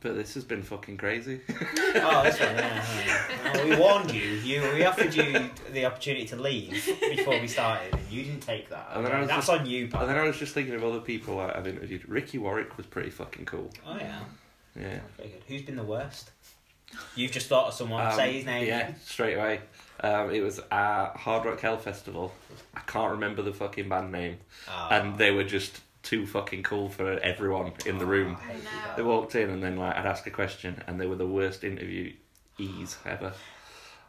but this has been fucking crazy. *laughs* Oh, this one. Yeah, yeah. Oh, we warned you. You we offered you the opportunity to leave before we started, and you didn't take that. And then I was That's just- on you, and then pal. I was just thinking of other people that I've interviewed. Ricky Warwick was pretty fucking cool. Oh yeah. Yeah. Very good. Who's been the worst? You've just thought of someone. Um, Say his name. Yeah, straight away. Um, it was at Hard Rock Hell Festival. I can't remember the fucking band name. Oh. And they were just too fucking cool for everyone in the room. Oh, I hate No. you They guys. walked in and then like I'd ask a question and they were the worst interviewees ever.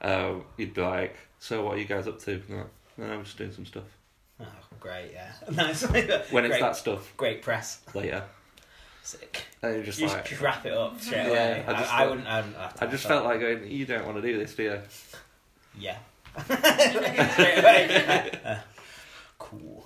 Um, you'd be like, "So what are you guys up to?" And they're like, No, I'm just doing some stuff. Oh, great. Yeah. *laughs* Nice. When it's Great- that stuff Great press. later, Sick. and you're just you like, should wrap it up straight Yeah, away. I I, just I, felt- wouldn't. I, wouldn't I just felt like going, "You don't want to do this, do you?" Yeah. *laughs* straight away. Uh, cool.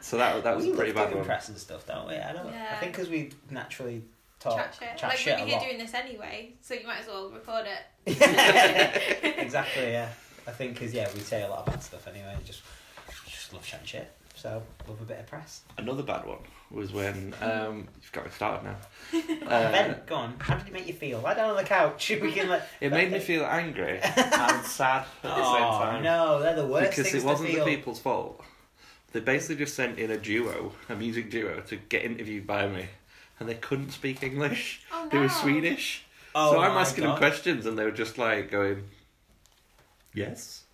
So that that was we a pretty love bad doing one. press and stuff, don't we? I don't. I Yeah. think because we naturally *laughs* talk, chat shit. like shit we're a here lot. doing this anyway, so you might as well record it. *laughs* exactly. Yeah. I think because yeah, we say a lot about stuff anyway. Just, just just love chatting shit. So love a bit of press. Another bad one was when um, you've got me *laughs* started now. ben, Uh, go on. How did it make you feel? Lie down on the couch. *laughs* We can like. it made *laughs* me feel angry and sad at the same Oh time no, they're the worst because things it wasn't to feel. the people's fault. They basically just sent in a duo, a music duo, to get interviewed by me, and they couldn't speak English. *laughs* Oh, They were no. Swedish. Oh so I'm my asking them God. questions, and they were just like going, *laughs* "Yes."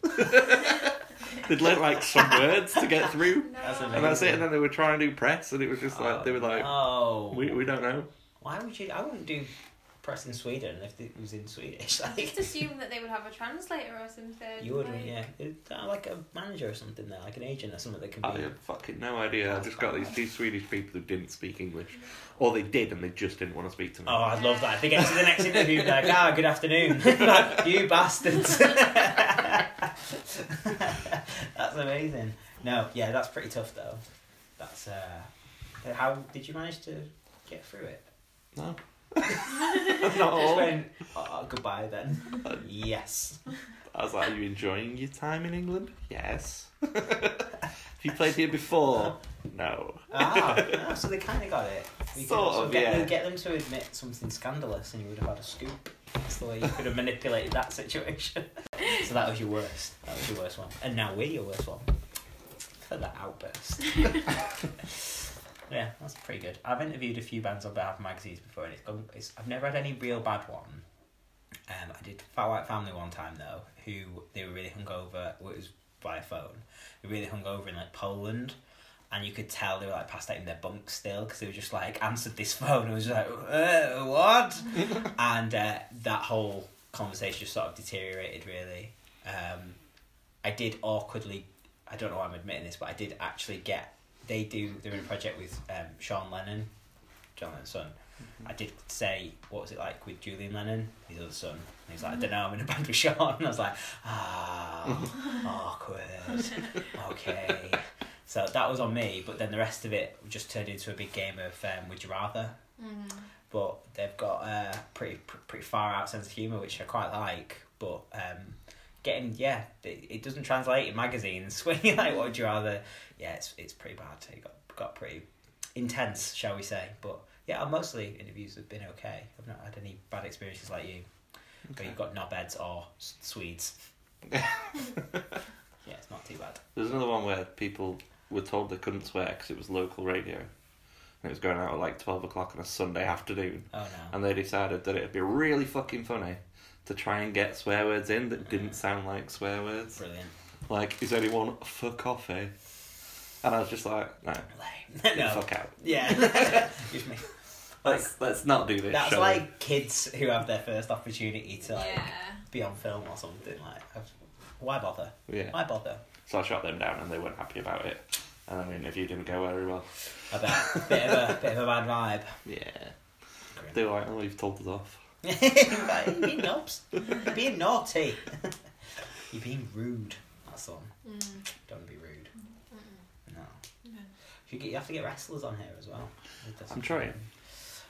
They'd learnt like some words to get through, That's No. and that's it. And then they were trying to do press, and it was just like they were like, Oh. "We we don't know." Why would you? I wouldn't do press in Sweden if it was in Swedish. *laughs* Like Just assume that they would have a translator or something. you wouldn't, like- *laughs* yeah. It- uh, Like a manager or something there, like an agent or something that can I be. have fucking no idea. I just got these two Swedish people who didn't speak English, or they did and they just didn't want to speak to me. Oh, I'd love that. If they get to the next interview, they're like, ah, good afternoon. *laughs* Like, you bastards. *laughs* that's amazing. No, yeah, that's pretty tough though. That's uh, how did you manage to get through it? *laughs* No, not at all. Just went, oh, goodbye then. *laughs* yes. I was like, "Are you enjoying your time in England?" Yes. *laughs* Have you played here before? No. Ah, ah, so they kind of got it. We Sort also of, get, yeah. you Get them to admit something scandalous, and you would have had a scoop. That's the way you could have manipulated that situation. *laughs* so that was your worst. That was your worst one, and now we're your worst one for that outburst. *laughs* yeah, that's pretty good. I've interviewed a few bands on behalf of magazines before, and it's gone. It's, I've never had any real bad one. Um, I did Fat White Family one time though, who they were really hungover. Well, it was by phone. They were really hungover in like Poland, and you could tell they were like passed out in their bunk still because they were just like answered this *laughs* phone and was like uh, what, and uh, that whole conversation just sort of deteriorated really. Um, I did awkwardly. I don't know why I'm admitting this, but I did actually get. They do. They're in a project with um, Sean Lennon, John Lennon's son. I did say, what was it like with Julian Lennon, his other son? And he was like, I don't know, I'm in a band with Sean. *laughs* And I was like, ah, awkward. Okay. So that was on me, but then the rest of it just turned into a big game of um, Would You Rather? Mm. But they've got a pretty, pr- pretty far out sense of humour, which I quite like. But um, getting, yeah, it, it doesn't translate in magazines *laughs* when you're like, What would you rather? Yeah, it's, it's pretty bad. It got, got pretty intense, shall we say. But yeah, mostly interviews have been okay. I've not had any bad experiences like you. But you've got knobheads or S- Swedes. yeah, it's not too bad. There's another one where people were told they couldn't swear because it was local radio, and it was going out at like twelve o'clock on a Sunday afternoon, Oh no. and they decided that it'd be really fucking funny to try and get swear words in that didn't sound like swear words. Brilliant. *laughs* Like, is anyone for coffee? And I was just like, no, Lame. get the no. fuck out. Yeah. *laughs* Excuse me. Let's let's not do this. That's shall we? like kids who have their first opportunity to like Yeah. be on film or something. Like, I've- why bother? yeah. Why bother? So I shot them down, and they weren't happy about it. And then the interview didn't go very well. I bet. bit of *laughs* a bit of a bad Yeah, vibe. they were like, oh, you've told us off. Right, *laughs* You're being knobs. You're being naughty. *laughs* You're being rude. That's all. Don't be rude. No. No. You, get, you have to get wrestlers on here as well. It doesn't- I'm trying.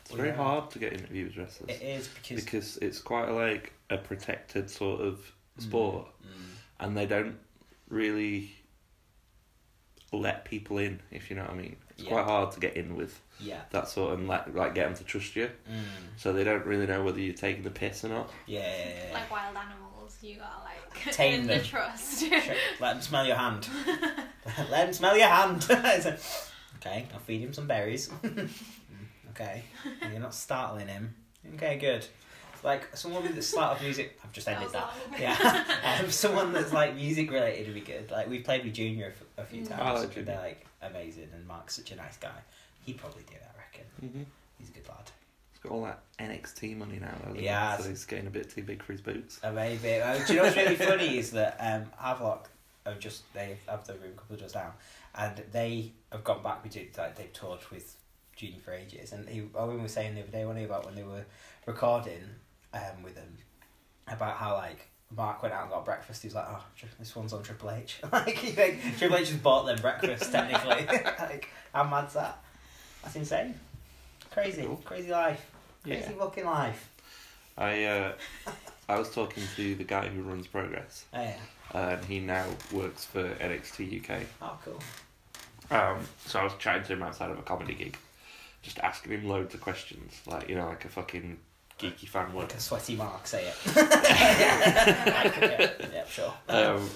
It's Well, very yeah. hard to get interviews with wrestlers It is because. because it's quite like a protected sort of sport, Mm. and they don't really let people in. If you know what I mean, it's Yeah. quite hard to get in with yeah. that sort and like like get them to trust you. Mm. So they don't really know whether you're taking the piss or not. Yeah. yeah, yeah, yeah. Like wild animals, you gotta like Tame earn them. the trust. *laughs* Sure, Let him smell your hand. *laughs* Let him smell your hand. It's like, okay, I'll feed him some berries. *laughs* Mm, okay. You're not startling him. Okay, good. It's Like someone that's out of music. I've just ended that. yeah, *laughs* um, someone that's like music related would be good. Like we've played with Junior a f- a few Mm. times. I like and Junior. They're like amazing, and Mark's such a nice guy. He'd probably do that. I reckon Mm-hmm. he's a good lad. He's got all that NXT money now, hasn't he? Yeah. So he's getting a bit too big for his boots. Uh, Maybe. Uh, do you know what's really funny is that um, Havelock have just they have the room a couple of doors down, and they have gone back. We did like they've toured with Junior for ages, and he Owen was saying the other day, wasn't he, about when they were recording um, with them about how like. Mark went out and got breakfast. He was like, "Oh, tri- this one's on Triple H." *laughs* like, he think Triple H just bought them breakfast. *laughs* Technically, like, how mad's that? That's insane. Crazy, Cool. crazy life, Yeah. crazy fucking life. I uh, I was talking to the guy who runs Progress, Oh, yeah. and he now works for NXT UK. Oh, cool. Um, so I was chatting to him outside of a comedy gig, just asking him loads of questions, like you know, like a fucking geeky fan would. Like a sweaty mark, say it. yeah, yeah, sure. Um,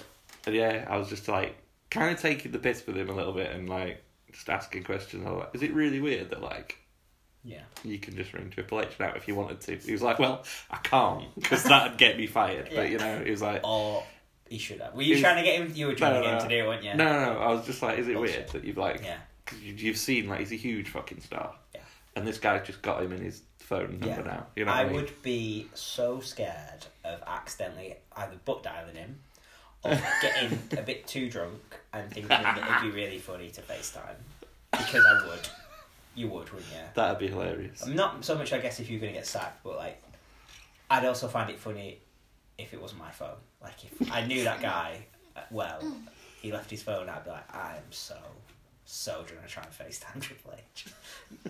and yeah, I was just like kind of taking the piss with him a little bit and like just asking questions. I was like, is it really weird that like Yeah. you can just ring Triple H now if you wanted to? He was like, well, I can't because that'd get me fired. But you know, he was like, Or he should have. Were you He- trying to get him? You were trying No, to get him to no. do it, weren't you? no, no, no. I was just like, is it Bullshit. weird that you've like Yeah. Because you've seen, like, he's a huge fucking star. Yeah. And this guy's just got him in his phone number Yeah. now. You know what I I mean? would be so scared of accidentally either butt dialing him *laughs* or getting a bit too drunk and thinking that it'd be really funny to *laughs* FaceTime. Because I would. You would, wouldn't you? That'd be hilarious. I'm not so much, I guess, if you're going to get sacked, but like, I'd also find it funny if it was my phone. Like, if I knew that guy uh, well, he left his phone, I'd be like, I'm so, so going to try and FaceTime *laughs* Triple H.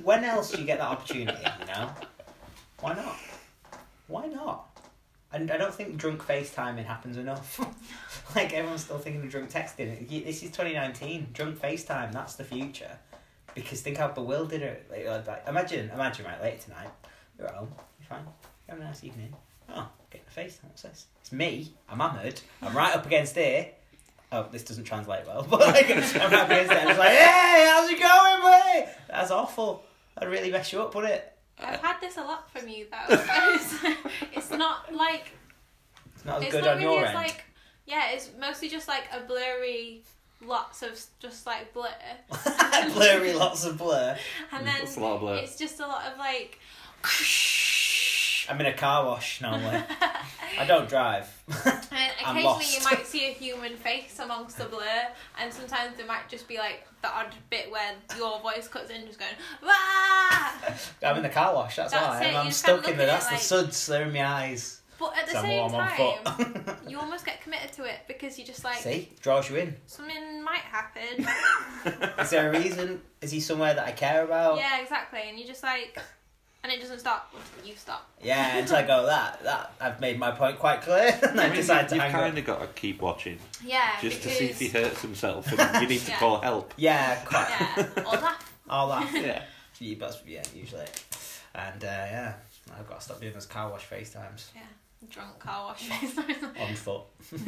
when else do you get that opportunity, you know? Why not? Why not? I, I don't think drunk FaceTiming happens enough. *laughs* like, everyone's still thinking of drunk texting. Y- This is 2019. Drunk FaceTime, that's the future. Because think how bewildered it like, like, like, imagine imagine right later tonight. You're at home, you're fine, you're having a nice evening. Oh, getting a FaceTime, what's this? It's me, I'm hammered, I'm right up against here. Oh, this doesn't translate well, *laughs* but like I'm right up against it and it's like, hey, how's it going, mate? That's awful. That'd really mess you up, wouldn't it? I've had this a lot from you though. *laughs* it's, it's not like It's not as it's good not on really your as end. like yeah, it's mostly just like a blurry lots of s- just like blur. *laughs* *laughs* Blurry, lots of blur. *laughs* And then That's a lot of blur. it's just a lot of like *laughs* I'm in a car wash now. *laughs* like. I don't drive. *laughs* And I'm occasionally you lost. might see a human face amongst the blur, and sometimes there might just be like the odd bit where your voice cuts in, just going "Wah!" I'm in the car wash. That's, That's why it, I'm, I'm you stuck kinda in there. look at That's it the suds. They're in my eyes. But at the So I'm same warm on time, *laughs* foot. you almost get committed to it because you're just like See, draws you in. something might happen. Is there a reason? Is he somewhere that I care about? Yeah, exactly. And you're just like, and it doesn't stop until you stop. Yeah, until I go that that I've made my point quite clear, *laughs* and I, mean, decide to you've hang kind up. of got to keep watching Yeah, just to because see if he hurts himself and you need to Yeah. call help. Yeah, quite. *laughs* yeah, or laugh. I'll laugh. Yeah. *laughs* Yeah, that's yeah, usually. And uh, yeah, I've got to stop doing those car wash FaceTimes Yeah, drunk car wash. *laughs* yeah, on foot. *laughs*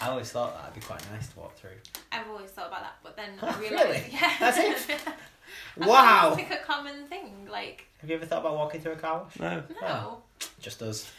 I always thought that'd be quite nice to walk through. I've always thought about that, but then Huh, I realised, really? yeah, That's it? *laughs* I Wow! thought it was like a common thing. Like, Have you ever thought about walking through a car wash? No. no, Just us.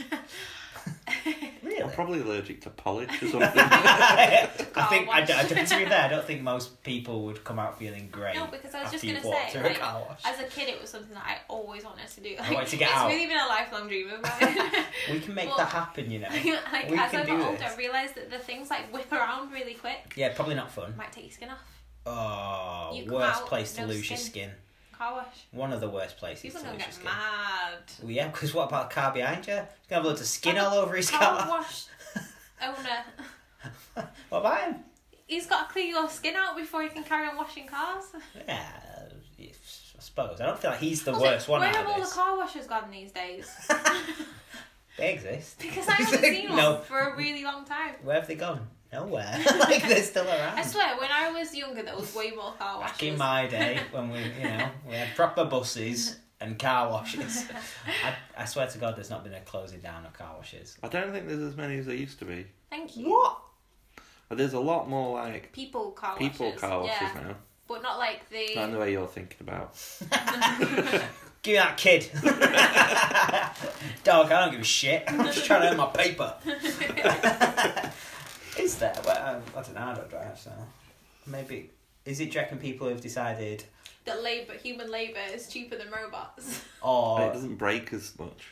I'm really? probably allergic *laughs* to polish or something. I think I, don't- I don't, to be fair, I don't think most people would come out feeling *laughs* great. no, because I was after just you've gonna walked say, through a like, car wash. as a kid, it was something that I always wanted to do. Like, wanted to get it's out. really been a lifelong dream of mine. *laughs* we can make well, that happen, *laughs* you know. like We as can I do got older, this. I realised that the things like whip around really quick Yeah, probably not fun. might take your skin off. Oh, You come worst out, place to no lose your skin. skin. Car wash. One of the worst places People are to gonna lose your get skin. mad. Well, yeah, because what about the car behind you? He's gonna have loads of skin all over his Car car. *laughs* wash owner. what about him? He's got to clear your skin out before he can carry on washing cars. Yeah, yes, I suppose. I don't feel like he's the I was worst like, one Where have out all of the this. car washes gone these days? *laughs* They exist. Because I haven't seen one No. for a really long time. Where have they gone? *laughs* Nowhere. *laughs* like they're still I around. swear, when I was younger, there was way more car Back washes. in my day, when we, you know, we had proper buses and car washes. I, I swear to God, there's not been a closing down of car washes. I don't think there's as many as there used to be. Thank you. What? But there's a lot more, like, People car people washes. car washes yeah. now. But not like the. Not in the way you're thinking *laughs* about. Give me that kid. Dog, I don't give a shit. I'm just trying to earn my paper. is there? Well, I, I don't know. I don't drive, so maybe. Is it? Do you reckon people have decided, that labour, human labour, is cheaper than robots. But it or doesn't break as much.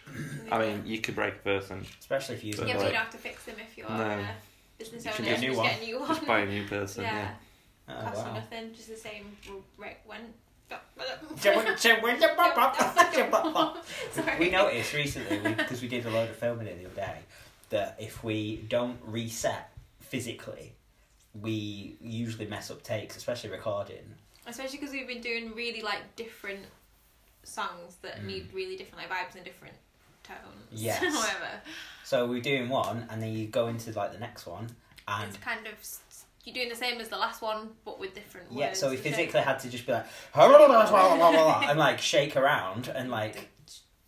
*laughs* I mean, you could break a person. especially if you Yeah, yeah, but like- you don't have to fix them if you're No. a business You owner. can You get a new just get a new one. Just buy a new person, yeah. yeah, Oh, cost you wow. nothing. Just the same rate when. *laughs* *laughs* Sorry. we noticed recently because we did a load of filming it the other day that if we don't reset physically, we usually mess up takes, especially recording. Especially because we've been doing really like different songs that need really different like vibes and different tones. *laughs* Mm. Yes. Whatever. So we're doing one, and then you go into like the next one, and It's kind of s- you're doing the same as the last one, but with different words. yeah, so we and shit. physically had to just be like *laughs* and like shake around and like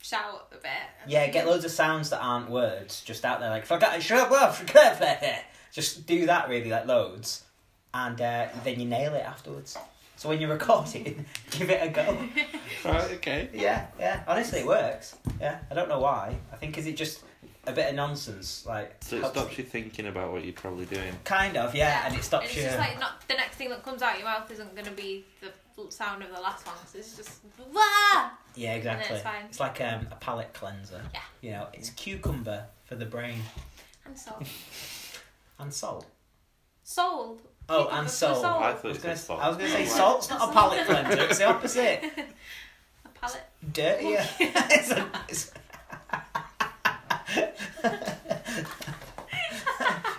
shout a bit. yeah, get loads of sounds that aren't words just out there like forget shut up, forget it." *laughs* just do that really like loads, and uh, then you nail it afterwards. So when you're *laughs* recording, give it a go. *laughs* Right, okay. Yeah, yeah. Honestly, it works. Yeah, I don't know why. I think is it just a bit of nonsense, like So it helps- stops you thinking about what you're probably doing. kind of yeah, and it stops it's you. just like not the next thing that comes out your mouth isn't going to be the l- sound of the last one. So it's just Wah! Yeah, exactly. it's fine. like um, a palate cleanser. Yeah. You know, it's cucumber for the brain and soul, and salt. soul. Oh, Cucumber and for salt. soul. I I thought was it gonna, said salt. I was gonna say Right. salt's not a palate cleanser. It's the opposite. A palette. Dirtier. *laughs* it's a, it's...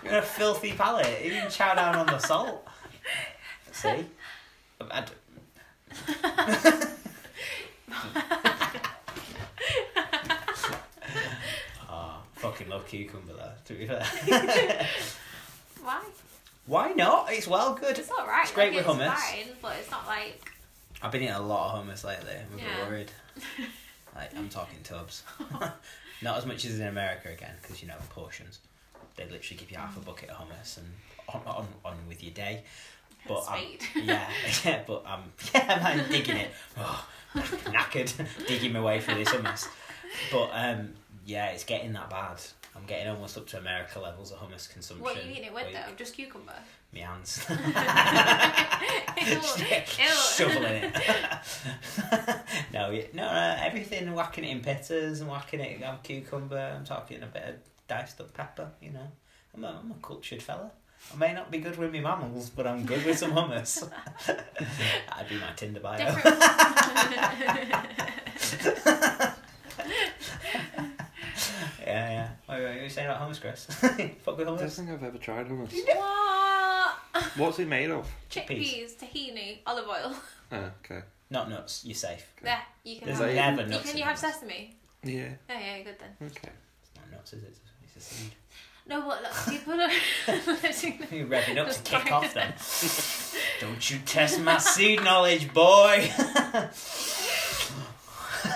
You're a filthy palate. You didn't chow down on the salt. See, I d- Ah, fucking love cucumber though. To be fair, Why? why not? It's well good. It's all right. It's great like, with it's hummus. Fine, but it's not like I've been eating a lot of hummus lately. I'm a Yeah. *laughs* bit worried. Like I'm talking tubs. *laughs* Not as much as in America again, because you know portions. They literally give you half Mm. a bucket of hummus and on on, on with your day. But um, I'm, Sweet. *laughs* yeah, yeah, but I'm *laughs* yeah, man, I'm digging it. Oh, knackered, *laughs* digging my way through this hummus. But um, yeah, it's getting that bad. I'm getting almost up to America levels of hummus *laughs* consumption. what are you eating it with Like, though? Just cucumber. *laughs* *laughs* My hands. Ew. *laughs* Shoveling it. *laughs* no, y- no, no, everything, whacking it in pitters and whacking it on cucumber. I'm talking a bit of diced up pepper, you know. I'm a, I'm a cultured fella. I may not be good with my mammals, but I'm good with some hummus. That'd be my Tinder bio. *laughs* Different. Yeah, yeah. What were you saying about hummus, Chris? *laughs* Fuck with I don't hummus? think I've ever tried hummus. what? What's it made of? Chickpeas, tahini, olive oil. Oh, okay. Not nuts, you're safe. There, you can There's that have. it? never You nuts. can in you have hummus. sesame? Yeah. Oh yeah, good then. Okay. It's not nuts, is it? It's a seed. No, but look, people *laughs* *laughs* are. You're revving up to Just kick trying. off then. Don't you test my seed knowledge, boy! *laughs* a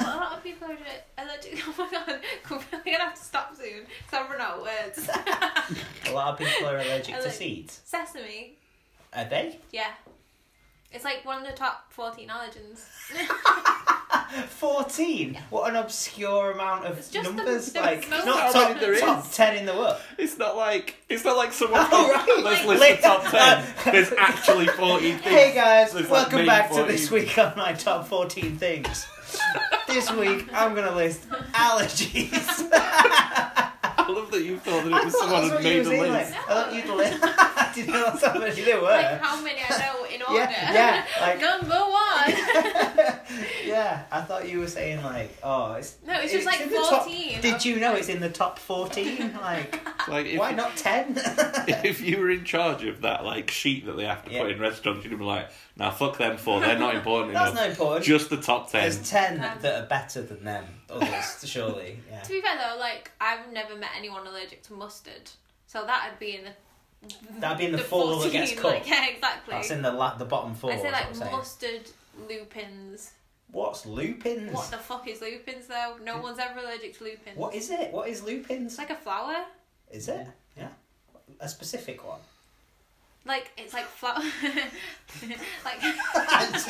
lot of people are just allergic. *laughs* Oh my god, we're gonna have to stop soon. So I've run out of words. *laughs* A lot of people are allergic to Allergic. seeds. Sesame, Are they? yeah. It's like one of the top 14 allergens. *laughs* 14? What an obscure amount of It's just the- numbers. the like, most- not How top, many there is? top 10 in the world. It's not like it's not like someone. Oh, right. Let's Like- *laughs* list the top ten. *laughs* There's actually fourteen *laughs* things. Hey guys, There's like welcome main back to 14. This Week on My Top *laughs* 14 Things. this week, I'm going to list *laughs* *laughs* allergies. I love that you thought that I it was thought someone that's had what you made was a in, list. like, I thought you'd list. *laughs* I didn't know that's how many there were. like how many I know in order. *laughs* yeah, like- *laughs* Number one. yeah, I thought you were saying like, oh, it's No, it's just like in the top- 14. Did you know it's in the top fourteen? *laughs* Like, Like if, why not ten? *laughs* if you were in charge of that like sheet that they have to Yeah. put in restaurants, you'd be like, "Now fuck them four. *laughs* They're not *laughs* important That's enough. no important. Just the top ten. There's ten Um, that are better than them. *laughs* Others, surely. Yeah. To be fair though, like I've never met anyone allergic to mustard, so that'd be in the. That'd be in the four that gets 14, cut. Like, yeah, exactly. That's in the la- the bottom four. I say is what I'm like saying. mustard, lupins. What's lupins? What the fuck is lupins though? No one's ever allergic to lupins. what is it? What is It's lupins? like a flower. Is it? Yeah. A specific one. *laughs* Like it's like flower. *laughs* *laughs* like um,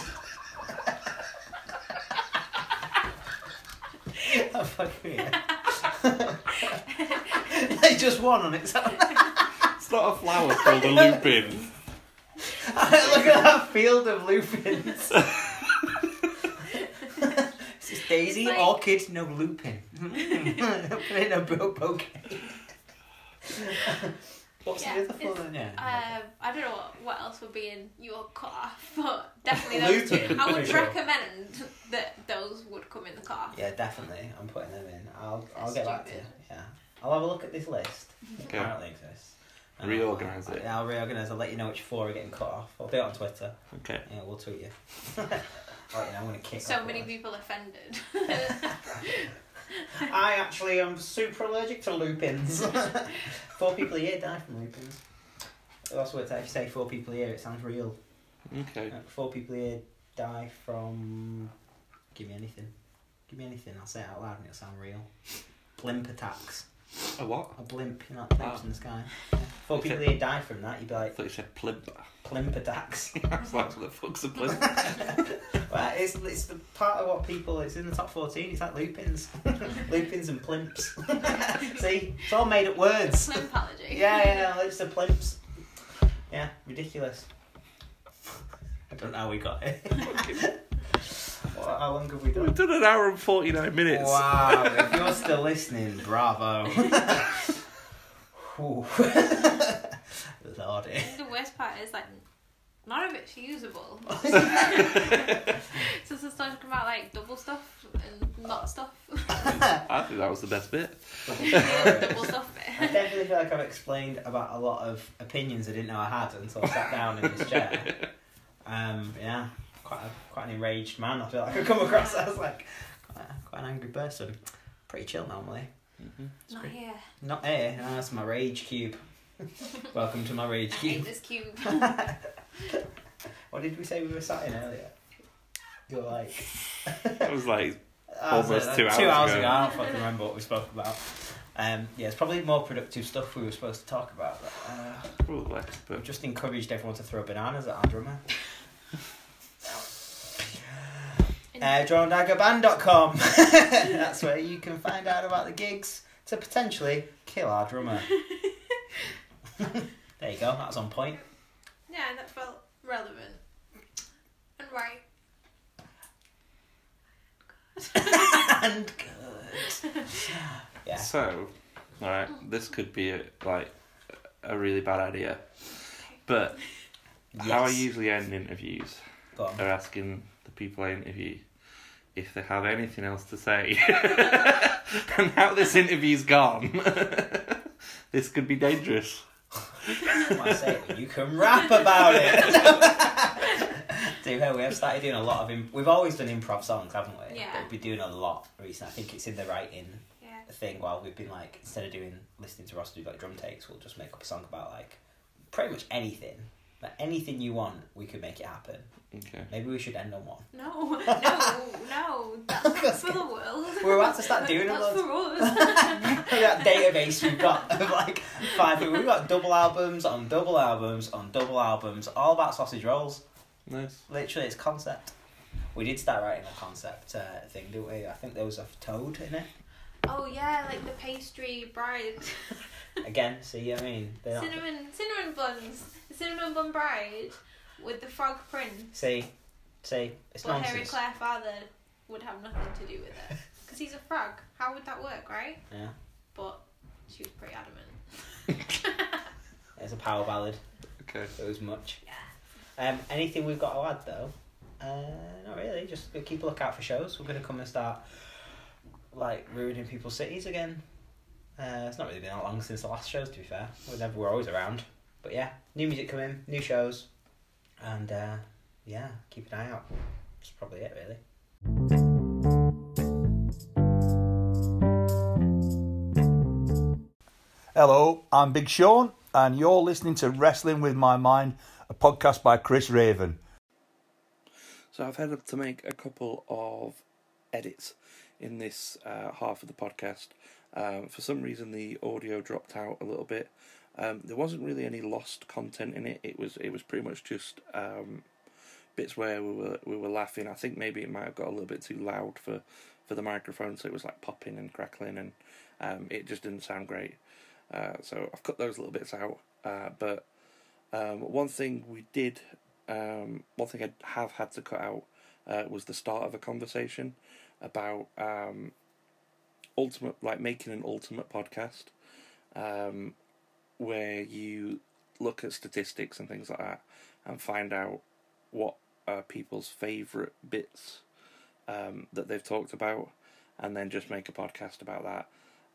Oh, *laughs* fuck me. *laughs* They just one on its own. It's not a *laughs* flower called a lupin. Look at that field of *laughs* lupins. *laughs* This is Daisy, It's like- orchid, *laughs* no lupin. Put it in a bo- bouquet. What's Yeah, the other it's, four then? Yeah. um, I don't know what, what else would be in your cut-off, but *laughs* definitely those two. Lupin, I would for sure. recommend that those would come in the car. yeah, definitely. I'm putting them in. I'll, I'll That's get back to you. stupid. Mm-hmm. Yeah. I'll have a look at this list. Okay. Apparently exists. And I'll- Reorganise it. Yeah, I'll reorganise. I'll let you know which four are getting cut off. I'll do it on Twitter. Okay. Yeah, we'll tweet *laughs* you. right, you know, I'm going to kick So off many *laughs* all this. people offended. I actually am super allergic to lupins. four people a year die from lupins. That's what it- if you say four people a year, it sounds real. Okay. Uh, Four people a year die from. Give me anything. Give me anything. I'll say it out loud and it'll sound real. Blimp attacks. A what? A blimp, you know, that blimps Ah. in the sky. Yeah. Four Okay. people a year die from that. You'd be I like, thought you said *laughs* plimp. plimp attacks. I was like, what the fuck's a plimp? well, it's, it's the part of what people. It's in the top fourteen. It's like lupins, lupins and plimps. *laughs* See, it's all made up *laughs* words. Slim allergy. Yeah, yeah, yeah, it's the plimps. Yeah, ridiculous. I don't know how we got *laughs* it. how long have we done? We've done an hour and 49 minutes. Wow, *laughs* if you're still listening, *laughs* bravo. Whew. *laughs* Lordy. I think the worst part is like none of it's *laughs* usable. *laughs* so it's starting to come out like double stuff and not *laughs* stuff. *laughs* I think that was the best bit. *laughs* double stuff *laughs* I bit. definitely feel like I've explained about a lot of opinions I didn't know I had until I sat down in this chair. Um, yeah, quite a, quite an enraged man. I feel like I come across as like quite, a- quite an angry person. Pretty chill normally. Not here. Not here. No, that's my rage cube. *laughs* Welcome to my rage I hate cube. this cube. *laughs* what did we say we were sat in earlier? You're like I was like, That was Almost it, two that- hours two hours ago. ago. I don't fucking remember what we spoke about. Um, yeah, it's probably more productive stuff we were supposed to talk about. But, uh, probably. I've But just encouraged everyone to throw bananas at our drummer. Uh, DrawnDaggerBand.com. *laughs* That's where you can find out about the gigs to potentially kill our drummer. there you go, that's on point. yeah, and that felt relevant and right. And good. Yeah. so, alright, this could be a, like a really bad idea. But how I Yes. usually end interviews Go on. are asking the people I interview if they have anything else to say. *laughs* and how this interview's gone. *laughs* this could be dangerous. I say, you can rap about it. *laughs* Do we have started doing a lot of imp- we've always done improv songs, haven't we? Yeah. But we've been doing a lot recently. I think it's in the writing Yeah. thing while we've been like instead of doing listening to Ross do like drum takes, we'll just make up a song about like pretty much anything. Like anything you want, we could make it happen. Okay. Maybe we should end on one. No, *laughs* no, no. That's *laughs* not for the world. We're about *laughs* to start doing a That's lot. for us. *laughs* that database we've got of like five we've got double albums on double albums on double albums, all about sausage rolls. Nice. Literally, it's concept. We did start writing a concept uh, thing, didn't we? I think there was a toad in it. oh yeah, like the pastry *laughs* bride, Again, see, I mean, they're not... cinnamon, cinnamon buns, the cinnamon bun bride with the frog prince. see, see, it's But Harry nonsense. Clare father would have nothing to do with *laughs* it because he's a frog. How would that work, right? Yeah, But she was pretty adamant. it's a power ballad. Okay. It was much. Um, anything we've got to add though? Uh, not really. Just keep a lookout for shows. We're gonna come and start like ruining people's cities again. Uh, it's not really been that long since the last shows. To be fair, we're never we're always around. But yeah, new music coming, new shows, and uh, yeah, keep an eye out. That's probably it really. Hello, I'm Big Sean, and you're listening to Wrestling with My Mind, a podcast by Chris Raven. So I've had to make a couple of edits in this uh, half of the podcast. Um, for some reason, the audio dropped out a little bit. Um, there wasn't really any lost content in it. It was it was pretty much just um, bits where we were we were laughing. I think maybe it might have got a little bit too loud for, for the microphone, so it was like popping and crackling, and um, it just didn't sound great. Uh, so I've cut those little bits out. Uh, but um, one thing we did, um, one thing I have had to cut out uh, was the start of a conversation about um, ultimate, like making an ultimate podcast, um, where you look at statistics and things like that and find out what are people's favourite bits um, that they've talked about, and then just make a podcast about that.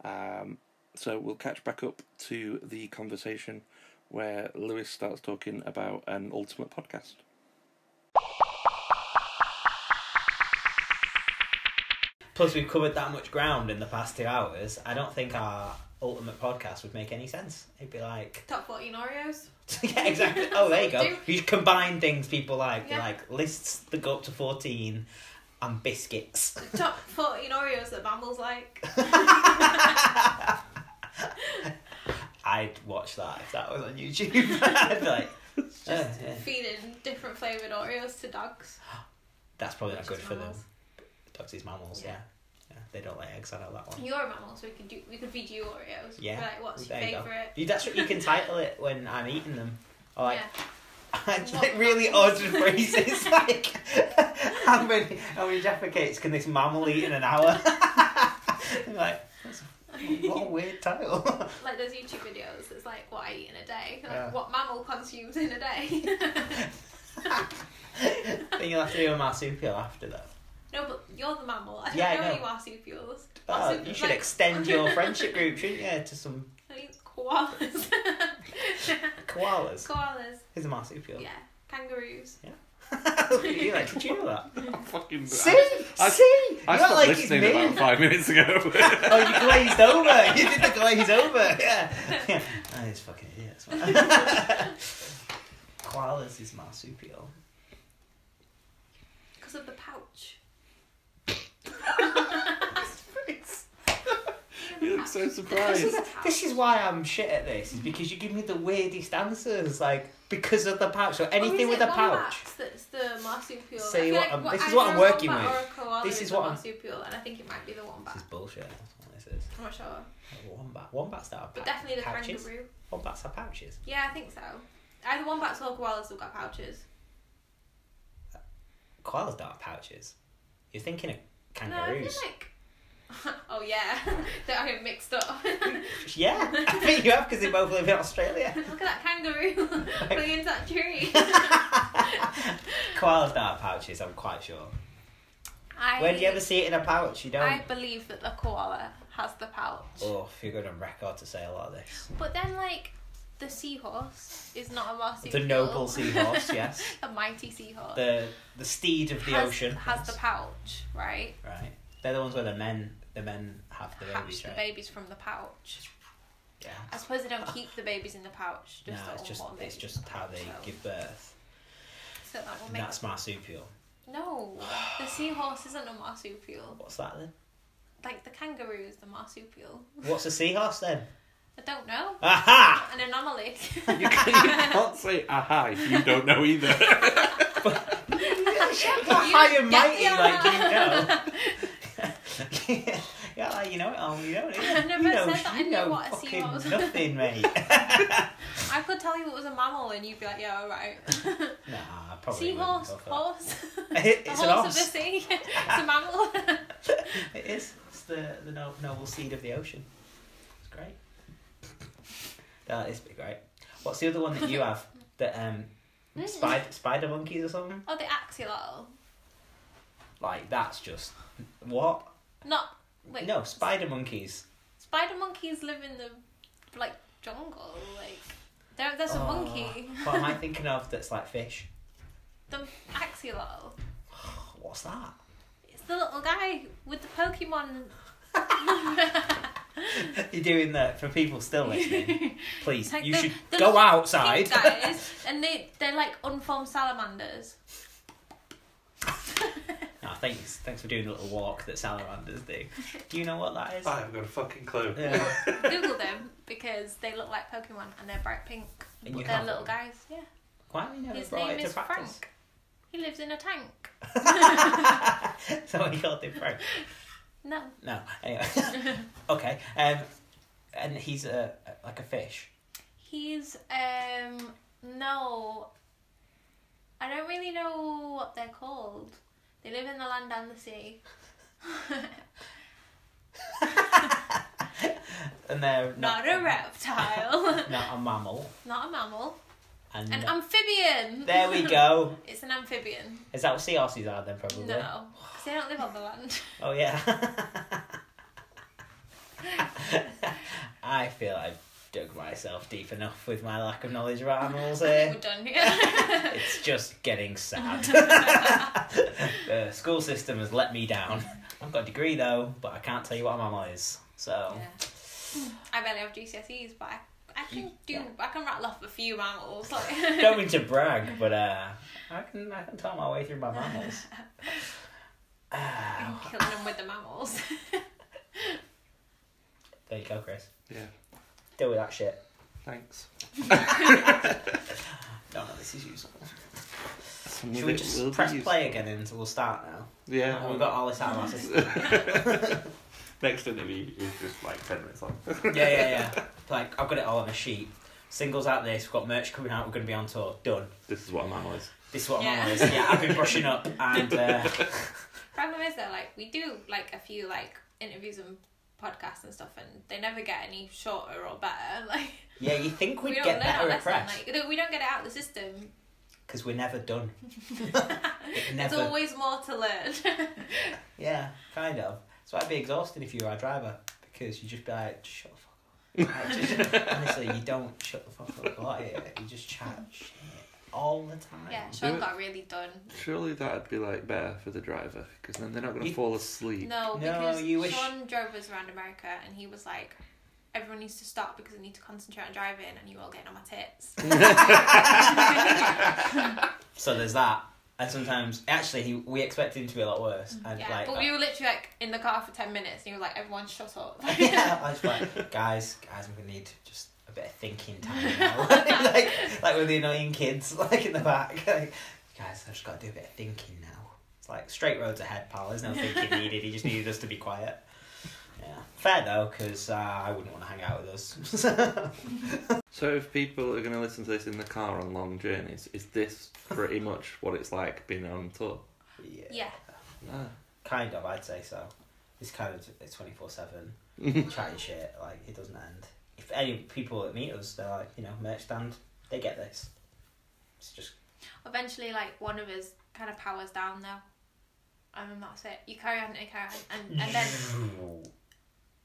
Um, so we'll catch back up to the conversation where Lewis starts talking about an ultimate podcast. Plus, we've covered that much ground in the past two hours. I don't think our ultimate podcast would make any sense. It'd be like, *laughs* Top 14 Oreos. *laughs* yeah, exactly. Oh, there you go. *laughs* Do- You combine things people like, Yeah. like lists that go up to fourteen, and biscuits. Top 14 Oreos that Bamble's like. I'd watch that if that was on YouTube. *laughs* I'd *laughs* be like, "Oh, yeah, Feeding different flavoured Oreos to dogs. that's probably not which good is for them. mammals. Dogs eat mammals. Yeah. Yeah. yeah, They don't lay eggs. I know that one. You're a mammal, so we could do we could feed you Oreos. Yeah. Be like, what's your There you go. favourite? You, that's what you can title it when I'm eating them. Or like, Yeah. *laughs* like really odd phrases. *laughs* like, how many how many Jaffa cakes can this mammal eat in an hour? *laughs* I'm like, *laughs* that's, what a weird title. *laughs* Like those YouTube videos, it's like what I eat in a day. Like, Yeah. What mammal consumes in a day. *laughs* then you'll have to do a marsupial after that. no, but you're the mammal. I don't Yeah, I know, know. any marsupials. Well, Marsup- you should like- *laughs* extend your friendship group, shouldn't you, to some I mean, koalas. *laughs* koalas. koalas. Here's a marsupial. Yeah. Kangaroos. *laughs* Look at you, like, did you know that? I'm fucking. See? I- See? I You're stopped not like it's listening me. about five minutes ago. *laughs* Oh, you glazed over. *laughs* You did the glaze over. *laughs* Yeah. yeah. Oh, it's fucking idiots. man. *laughs* Koalas is marsupial. Because of the pouch. you *laughs* look so surprised. This is why I'm shit at this, is because you give me the weirdest answers, like because of the Oh, pouch. So anything with a pouch. That's the marsupial. Say I feel what like I'm- what- this is either what I'm a working wombat with. Or a koala This is, is a what I'm- marsupial, and I think it might be the wombat. This is bullshit. That's what this is. I'm not sure, A wombat. Wombats that are but pou- definitely the pouches. kangaroo. Wombats are pouches. Yeah, I think so. Either wombats or koalas have got pouches. Koalas don't have pouches. You're thinking of No, I feel kangaroos. like. *laughs* oh yeah, *laughs* they're getting mixed up. *laughs* Yeah, *laughs* I think you have because they both live in Australia. *laughs* Look at that *laughs* kangaroo going into that tree. *laughs* Koalas don't have pouches. I'm quite sure. I, When do you ever see it in a pouch? You don't. I believe that the koala has the pouch. Oh, you're going on record to say a lot of this. But then, like, the seahorse is not a marsupial. The *laughs* noble seahorse, yes. a mighty seahorse. The the steed of the has, ocean. has the pouch, right? Right. They're the ones where the men the men have the Hatch babies, the right? babies from the pouch. Yeah. I suppose they don't keep the babies in the pouch. No, Just it's all just one it's baby. just how they So- give birth. So that will And make that's marsupial. no. The seahorse isn't a marsupial. What's that then? Like the kangaroo is the marsupial. What's a seahorse then? I don't know. *laughs* Aha! An *laughs* anomaly. *laughs* You can't say aha if you don't know *laughs* either. High and yeah, mighty, yeah. like you know. *laughs* yeah, like you know it all. You know *laughs* it. I never you know, said that I you knew know what a fucking seahorse- *laughs* Nothing, *laughs* mate. *laughs* I could tell you it was a mammal and you'd be like, yeah, *laughs* alright. nah, I probably. wouldn't Seahorse, go for that. horse. It- the *laughs* it's horse an *laughs* of the horse. *laughs* sea. it's a mammal. *laughs* It is. It's the the no, noble seed of the ocean. It's great. That is pretty great. What's the other one *laughs* that you have? That um, spider spider monkeys or something? oh, the axolotl. Like that's just what? Not wait. No, spider monkeys. Spider monkeys live in the like jungle. Like there, there's a Oh, monkey. What am I *laughs* thinking of? That's like fish. the axolotl. What's *laughs* that? It's the little guy with the Pokemon. *laughs* You're doing that for people still *laughs* listening. Please, Like you the- should the go little outside. pink *laughs* guys, and they they're like unformed salamanders. Ah, thanks, thanks for doing the little walk that *laughs* salamanders do. Do you know what that is? I've got a fucking clue. Yeah. Google them because they look like Pokemon and they're bright pink. And you but they're have little one? guys. Yeah. Why have you never His brought name it to is practice? Frank. He lives in a tank. *laughs* so what you called him Frank? No. No. *laughs* Anyway. okay. Um, and he's a like *laughs* a fish. He's um no. I don't really know what they're called. They live in the land and the sea. *laughs* And they're Not, a *laughs* reptile. Not a mammal. *laughs* not a mammal. And, An amphibian. there *laughs* we go. It's an amphibian. Is that what sea horses are then? Probably. No, 'cause they don't live on the land. *laughs* *laughs* Oh yeah. I feel like dug myself deep enough with my lack of knowledge about animals I think *laughs* here. we're done *laughs* here. It's just getting sad. the school system has let me down. I've got a degree though, but I can't tell you what a mammal is. So, Yeah. I barely have GCSEs, but I, I can do. I can rattle off a few mammals. Like. don't mean to brag, but uh, I can I can tell my way through my mammals. I'm Ah, killing them with the mammals. *laughs* there you go, Chris. Yeah. Deal with that shit. Thanks. No, no, this is useful. Some Should of we it will just be press used. play again and we'll start now? Yeah. Oh, we've got all this out of our system. *laughs* *laughs* Next interview is just like 10 minutes long. yeah, yeah, yeah. Like I've got it all on a sheet. Singles out this, we've got merch coming out, we're gonna be on tour. Done. This is what a mammal is. This is what Yeah. yeah. is. Yeah, I've been *laughs* brushing up and uh, Problem is though, like we do like a few like interviews and podcasts and stuff, and they never get any shorter or better. *laughs* Like yeah, you think we we'd don't get learn our better at lesson. press Like we don't get it out of the system. because we're never *laughs* done. it There's never. always more to learn. *laughs* Yeah, kind of. So I'd be exhausting if you were our driver because you'd just be like, just shut the fuck up. Like, just- honestly, you don't shut the fuck up. Like, you just chat shit all the time. yeah, Sean it. got really done. Surely that'd be like better for the driver because then they're not going to You- fall asleep. No, No, because you wish- Sean drove us around America, and he was like. Everyone needs to stop because I need to concentrate on driving, and you all getting on my *laughs* tits. So there's that. And sometimes, actually, he, we expect him to be a lot worse. And Mm-hmm. Yeah, like, uh but we were literally like in the car for ten minutes, and you were like, "Everyone, shut up." *laughs* yeah, I was like, guys, guys, I'm gonna need just a bit of thinking *laughs* time now. *laughs* like, like with the annoying kids, *laughs* like in the back. Like, guys, I've just got to do a bit of thinking now. It's like straight roads ahead, pal. There's *laughs* no thinking needed. He just needed us to be quiet. Yeah, fair though, because uh, I wouldn't want to hang out with us. *laughs* So, if people are going to listen to this in the car on long journeys, is this pretty much what it's like being on tour? yeah, *laughs* yeah, *laughs* Ah. kind of. I'd say so. It's kind of it's twenty four seven. chatting shit. Like it doesn't end. If any people that meet us, they're like, you know, merch stand. They get this. It's just Eventually, like one of us kind of powers down though, and then that's it. You carry on and carry on, and, and then *laughs*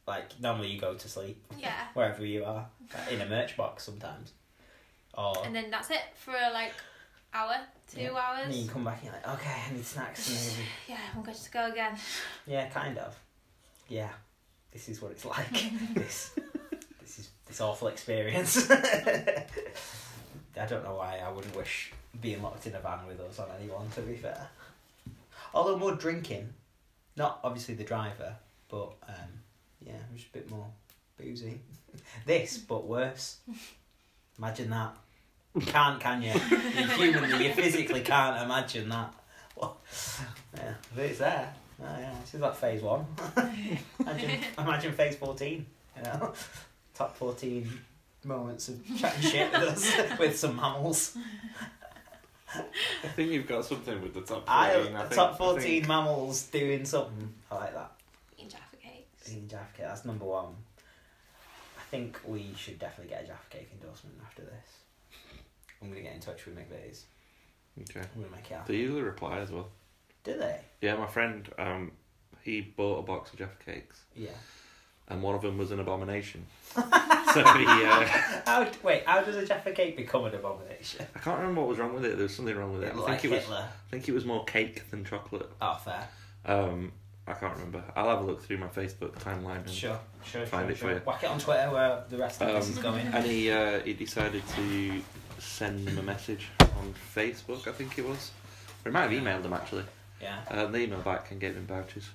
like normally you go to sleep yeah, wherever you are in a merch box sometimes, or and then that's it for like hour, two Yeah. and then hours. you come back and you're like, okay, I need snacks *laughs* *laughs* maybe. *sighs* Yeah, I'm good to go again. yeah, kind of. Yeah, this is what it's like. this, this is this awful experience. *laughs* I don't know why I wouldn't wish being locked in a van with us on anyone. To be fair, although more drinking, not obviously the driver, but um, yeah, it was a bit more boozy. *laughs* this, but worse. Imagine that. Can't can you? you humanly, you physically can't imagine that. *laughs* Well, yeah, but it's there. Oh, yeah, this is like phase one. imagine, imagine phase 14, you know? *laughs* Top 14 moments of chatting shit with us, *laughs* with some mammals. I think you've got something with the top 14. I, think- top I 14 think- mammals doing something. I like that. Eating Jaffa cakes. Eating Jaffa Cake, that's number one. I think we should definitely get a Jaffa Cake endorsement after this. I'm going to get in touch with McVitie's. Okay. I'm going to make it They happen. usually reply as well. Do they? Yeah, my friend, um, he bought a box of Jaffa Cakes, Yeah. and one of them was *laughs* an abomination. so he, uh, How, wait, how does a Jaffa Cake become an abomination? I can't remember what was wrong with it. There was something wrong with it. It I looked like think it was. Hitler. I think it was more cake than chocolate. Oh, fair. Um, I can't remember. I'll have a look through my Facebook timeline. And, Sure, sure, Find sure, it for sure. you. Whack it on Twitter where the rest of this Um, is going. *laughs* and he uh, he decided to send them a message on Facebook. I think it was. Or he might have emailed them actually. Yeah. And they emailed back and gave him vouchers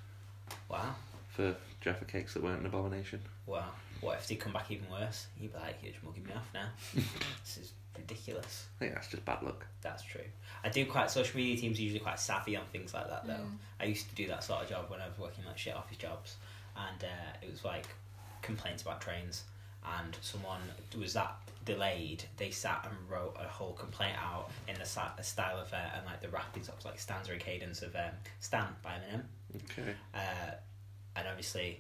Wow. for Jaffa cakes that weren't an abomination. Wow. What if they come back even worse? You'd be like, you're just mugging me off *laughs* now. this is ridiculous. I think that's just bad luck. That's true. I do quite social media teams are usually quite savvy on things like that though. Mm. I used to do that sort of job when I was working like shit office jobs, and uh, it was like complaints about trains, and someone was that delayed. They sat and wrote a whole complaint out in the sa- style of uh, and like the rapping sort of like stanza and cadence of um, "Stan" by Eminem. Okay. uh, and obviously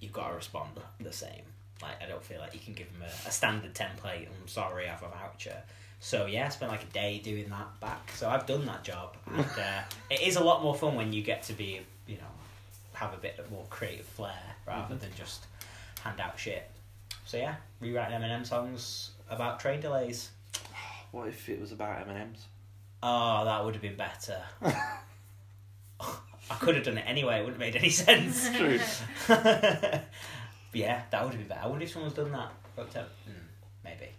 you've got to respond the same. Like I don't feel like you can give them a, a standard template. I'm sorry, I have a voucher. So yeah, I spent like a day doing that back. So I've done that job, and uh, it is a lot more fun when you get to be, you know, have a bit more creative flair rather than just hand out shit. So yeah, rewriting Eminem songs about train delays. What if it was about M&M's? Oh, that would have been better. *laughs* I could have done it anyway. It wouldn't have made any *laughs* sense. True. but *laughs* yeah, that would have been better. I wonder if someone's done that. Fucked up. Mm, maybe.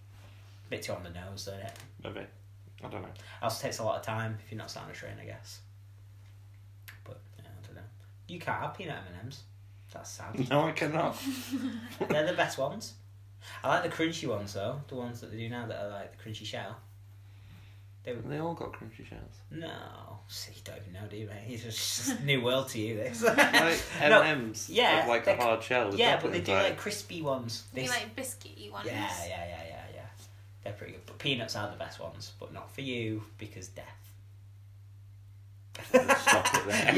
Bit too on the nose, though, innit? Maybe. I don't know. *laughs* Also takes a lot of time if you're not sat on a train, I guess. But yeah, I don't know. You can't have peanut M and M's. That's sad. No, I cannot. They're the best ones. I like the crunchy ones though. The ones that they do now that are like the crunchy shell. They were They all got crunchy shells. no. See, you don't even know, do you, mate? It's just new world to you. This. *laughs* Like No, M&M's yeah, with like they're a hard shell. With yeah, but chocolate they do inside. like crispy ones. They You s- like biscuity ones. Yeah, yeah, yeah, yeah, yeah. They're pretty good. But peanuts are the best ones, but not for you because death. Let's stop it there.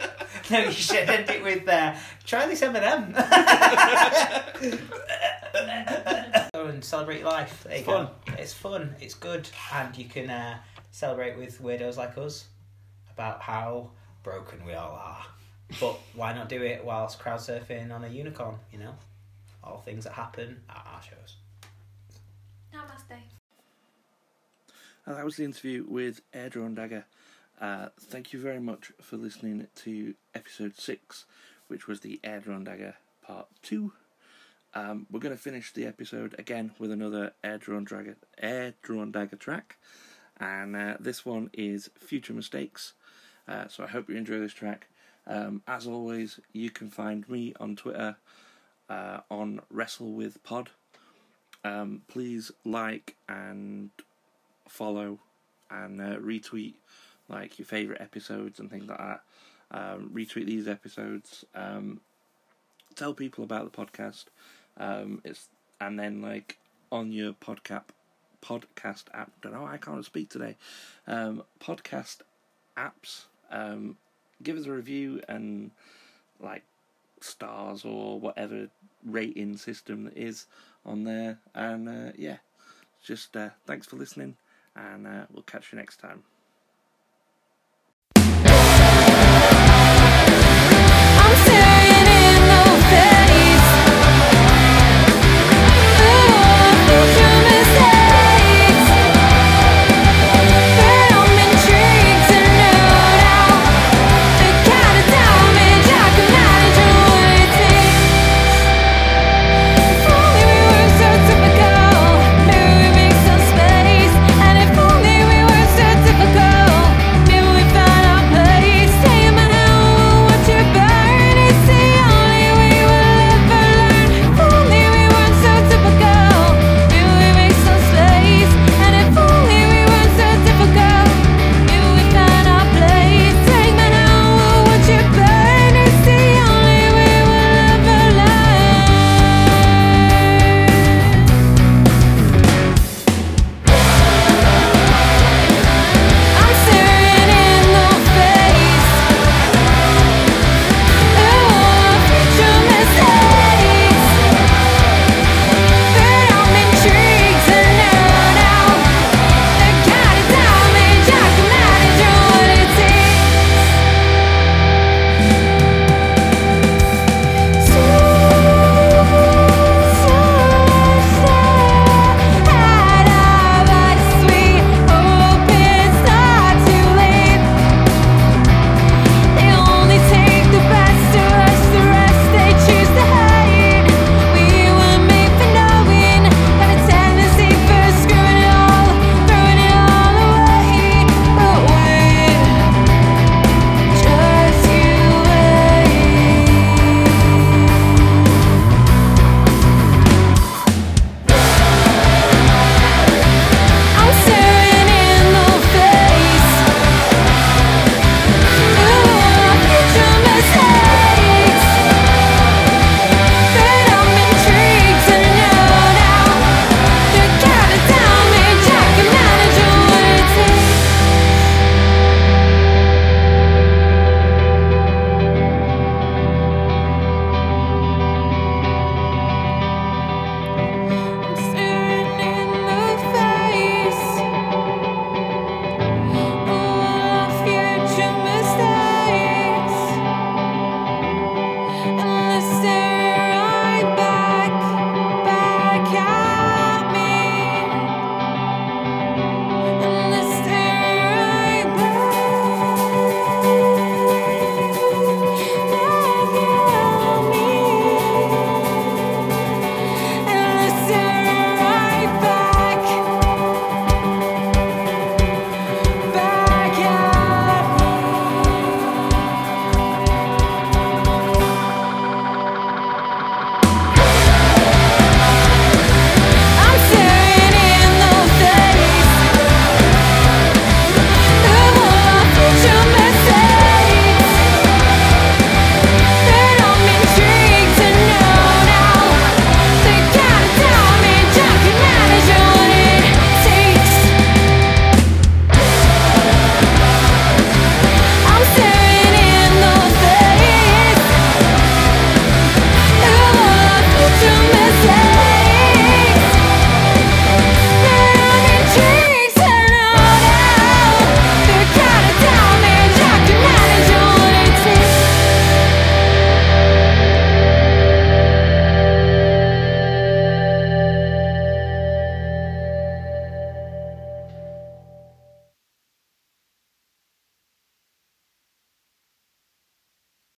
*laughs* Yeah. no, you should end it with uh, try this M&M. *laughs* Go and celebrate life. There you It's go. fun. It's fun. It's good, and you can uh, celebrate with weirdos like us about how broken we all are. But why not do it whilst crowd surfing on a unicorn? You know, all things that happen at our shows. Namaste. And Uh, that was the interview with Airdron Dagger. Uh, thank you very much for listening to episode six, which was the Airdron Dagger part two. Um, we're going to finish the episode again with another Airdron Dagger, Airdron Dagger track, and uh, this one is Future Mistakes. Uh, so I hope you enjoy this track. Um, as always, you can find me on Twitter uh, on Wrestle with Pod. Um, please like and follow and uh, retweet like your favorite episodes and things like that. Um, retweet these episodes. Um, tell people about the podcast. Um, it's and then like on your podcast podcast app. Don't know. I can't speak today. Um, podcast apps. Um, give us a review and like stars or whatever rating system that is on there. And uh, yeah, just uh, thanks for listening and uh, we'll catch you next time.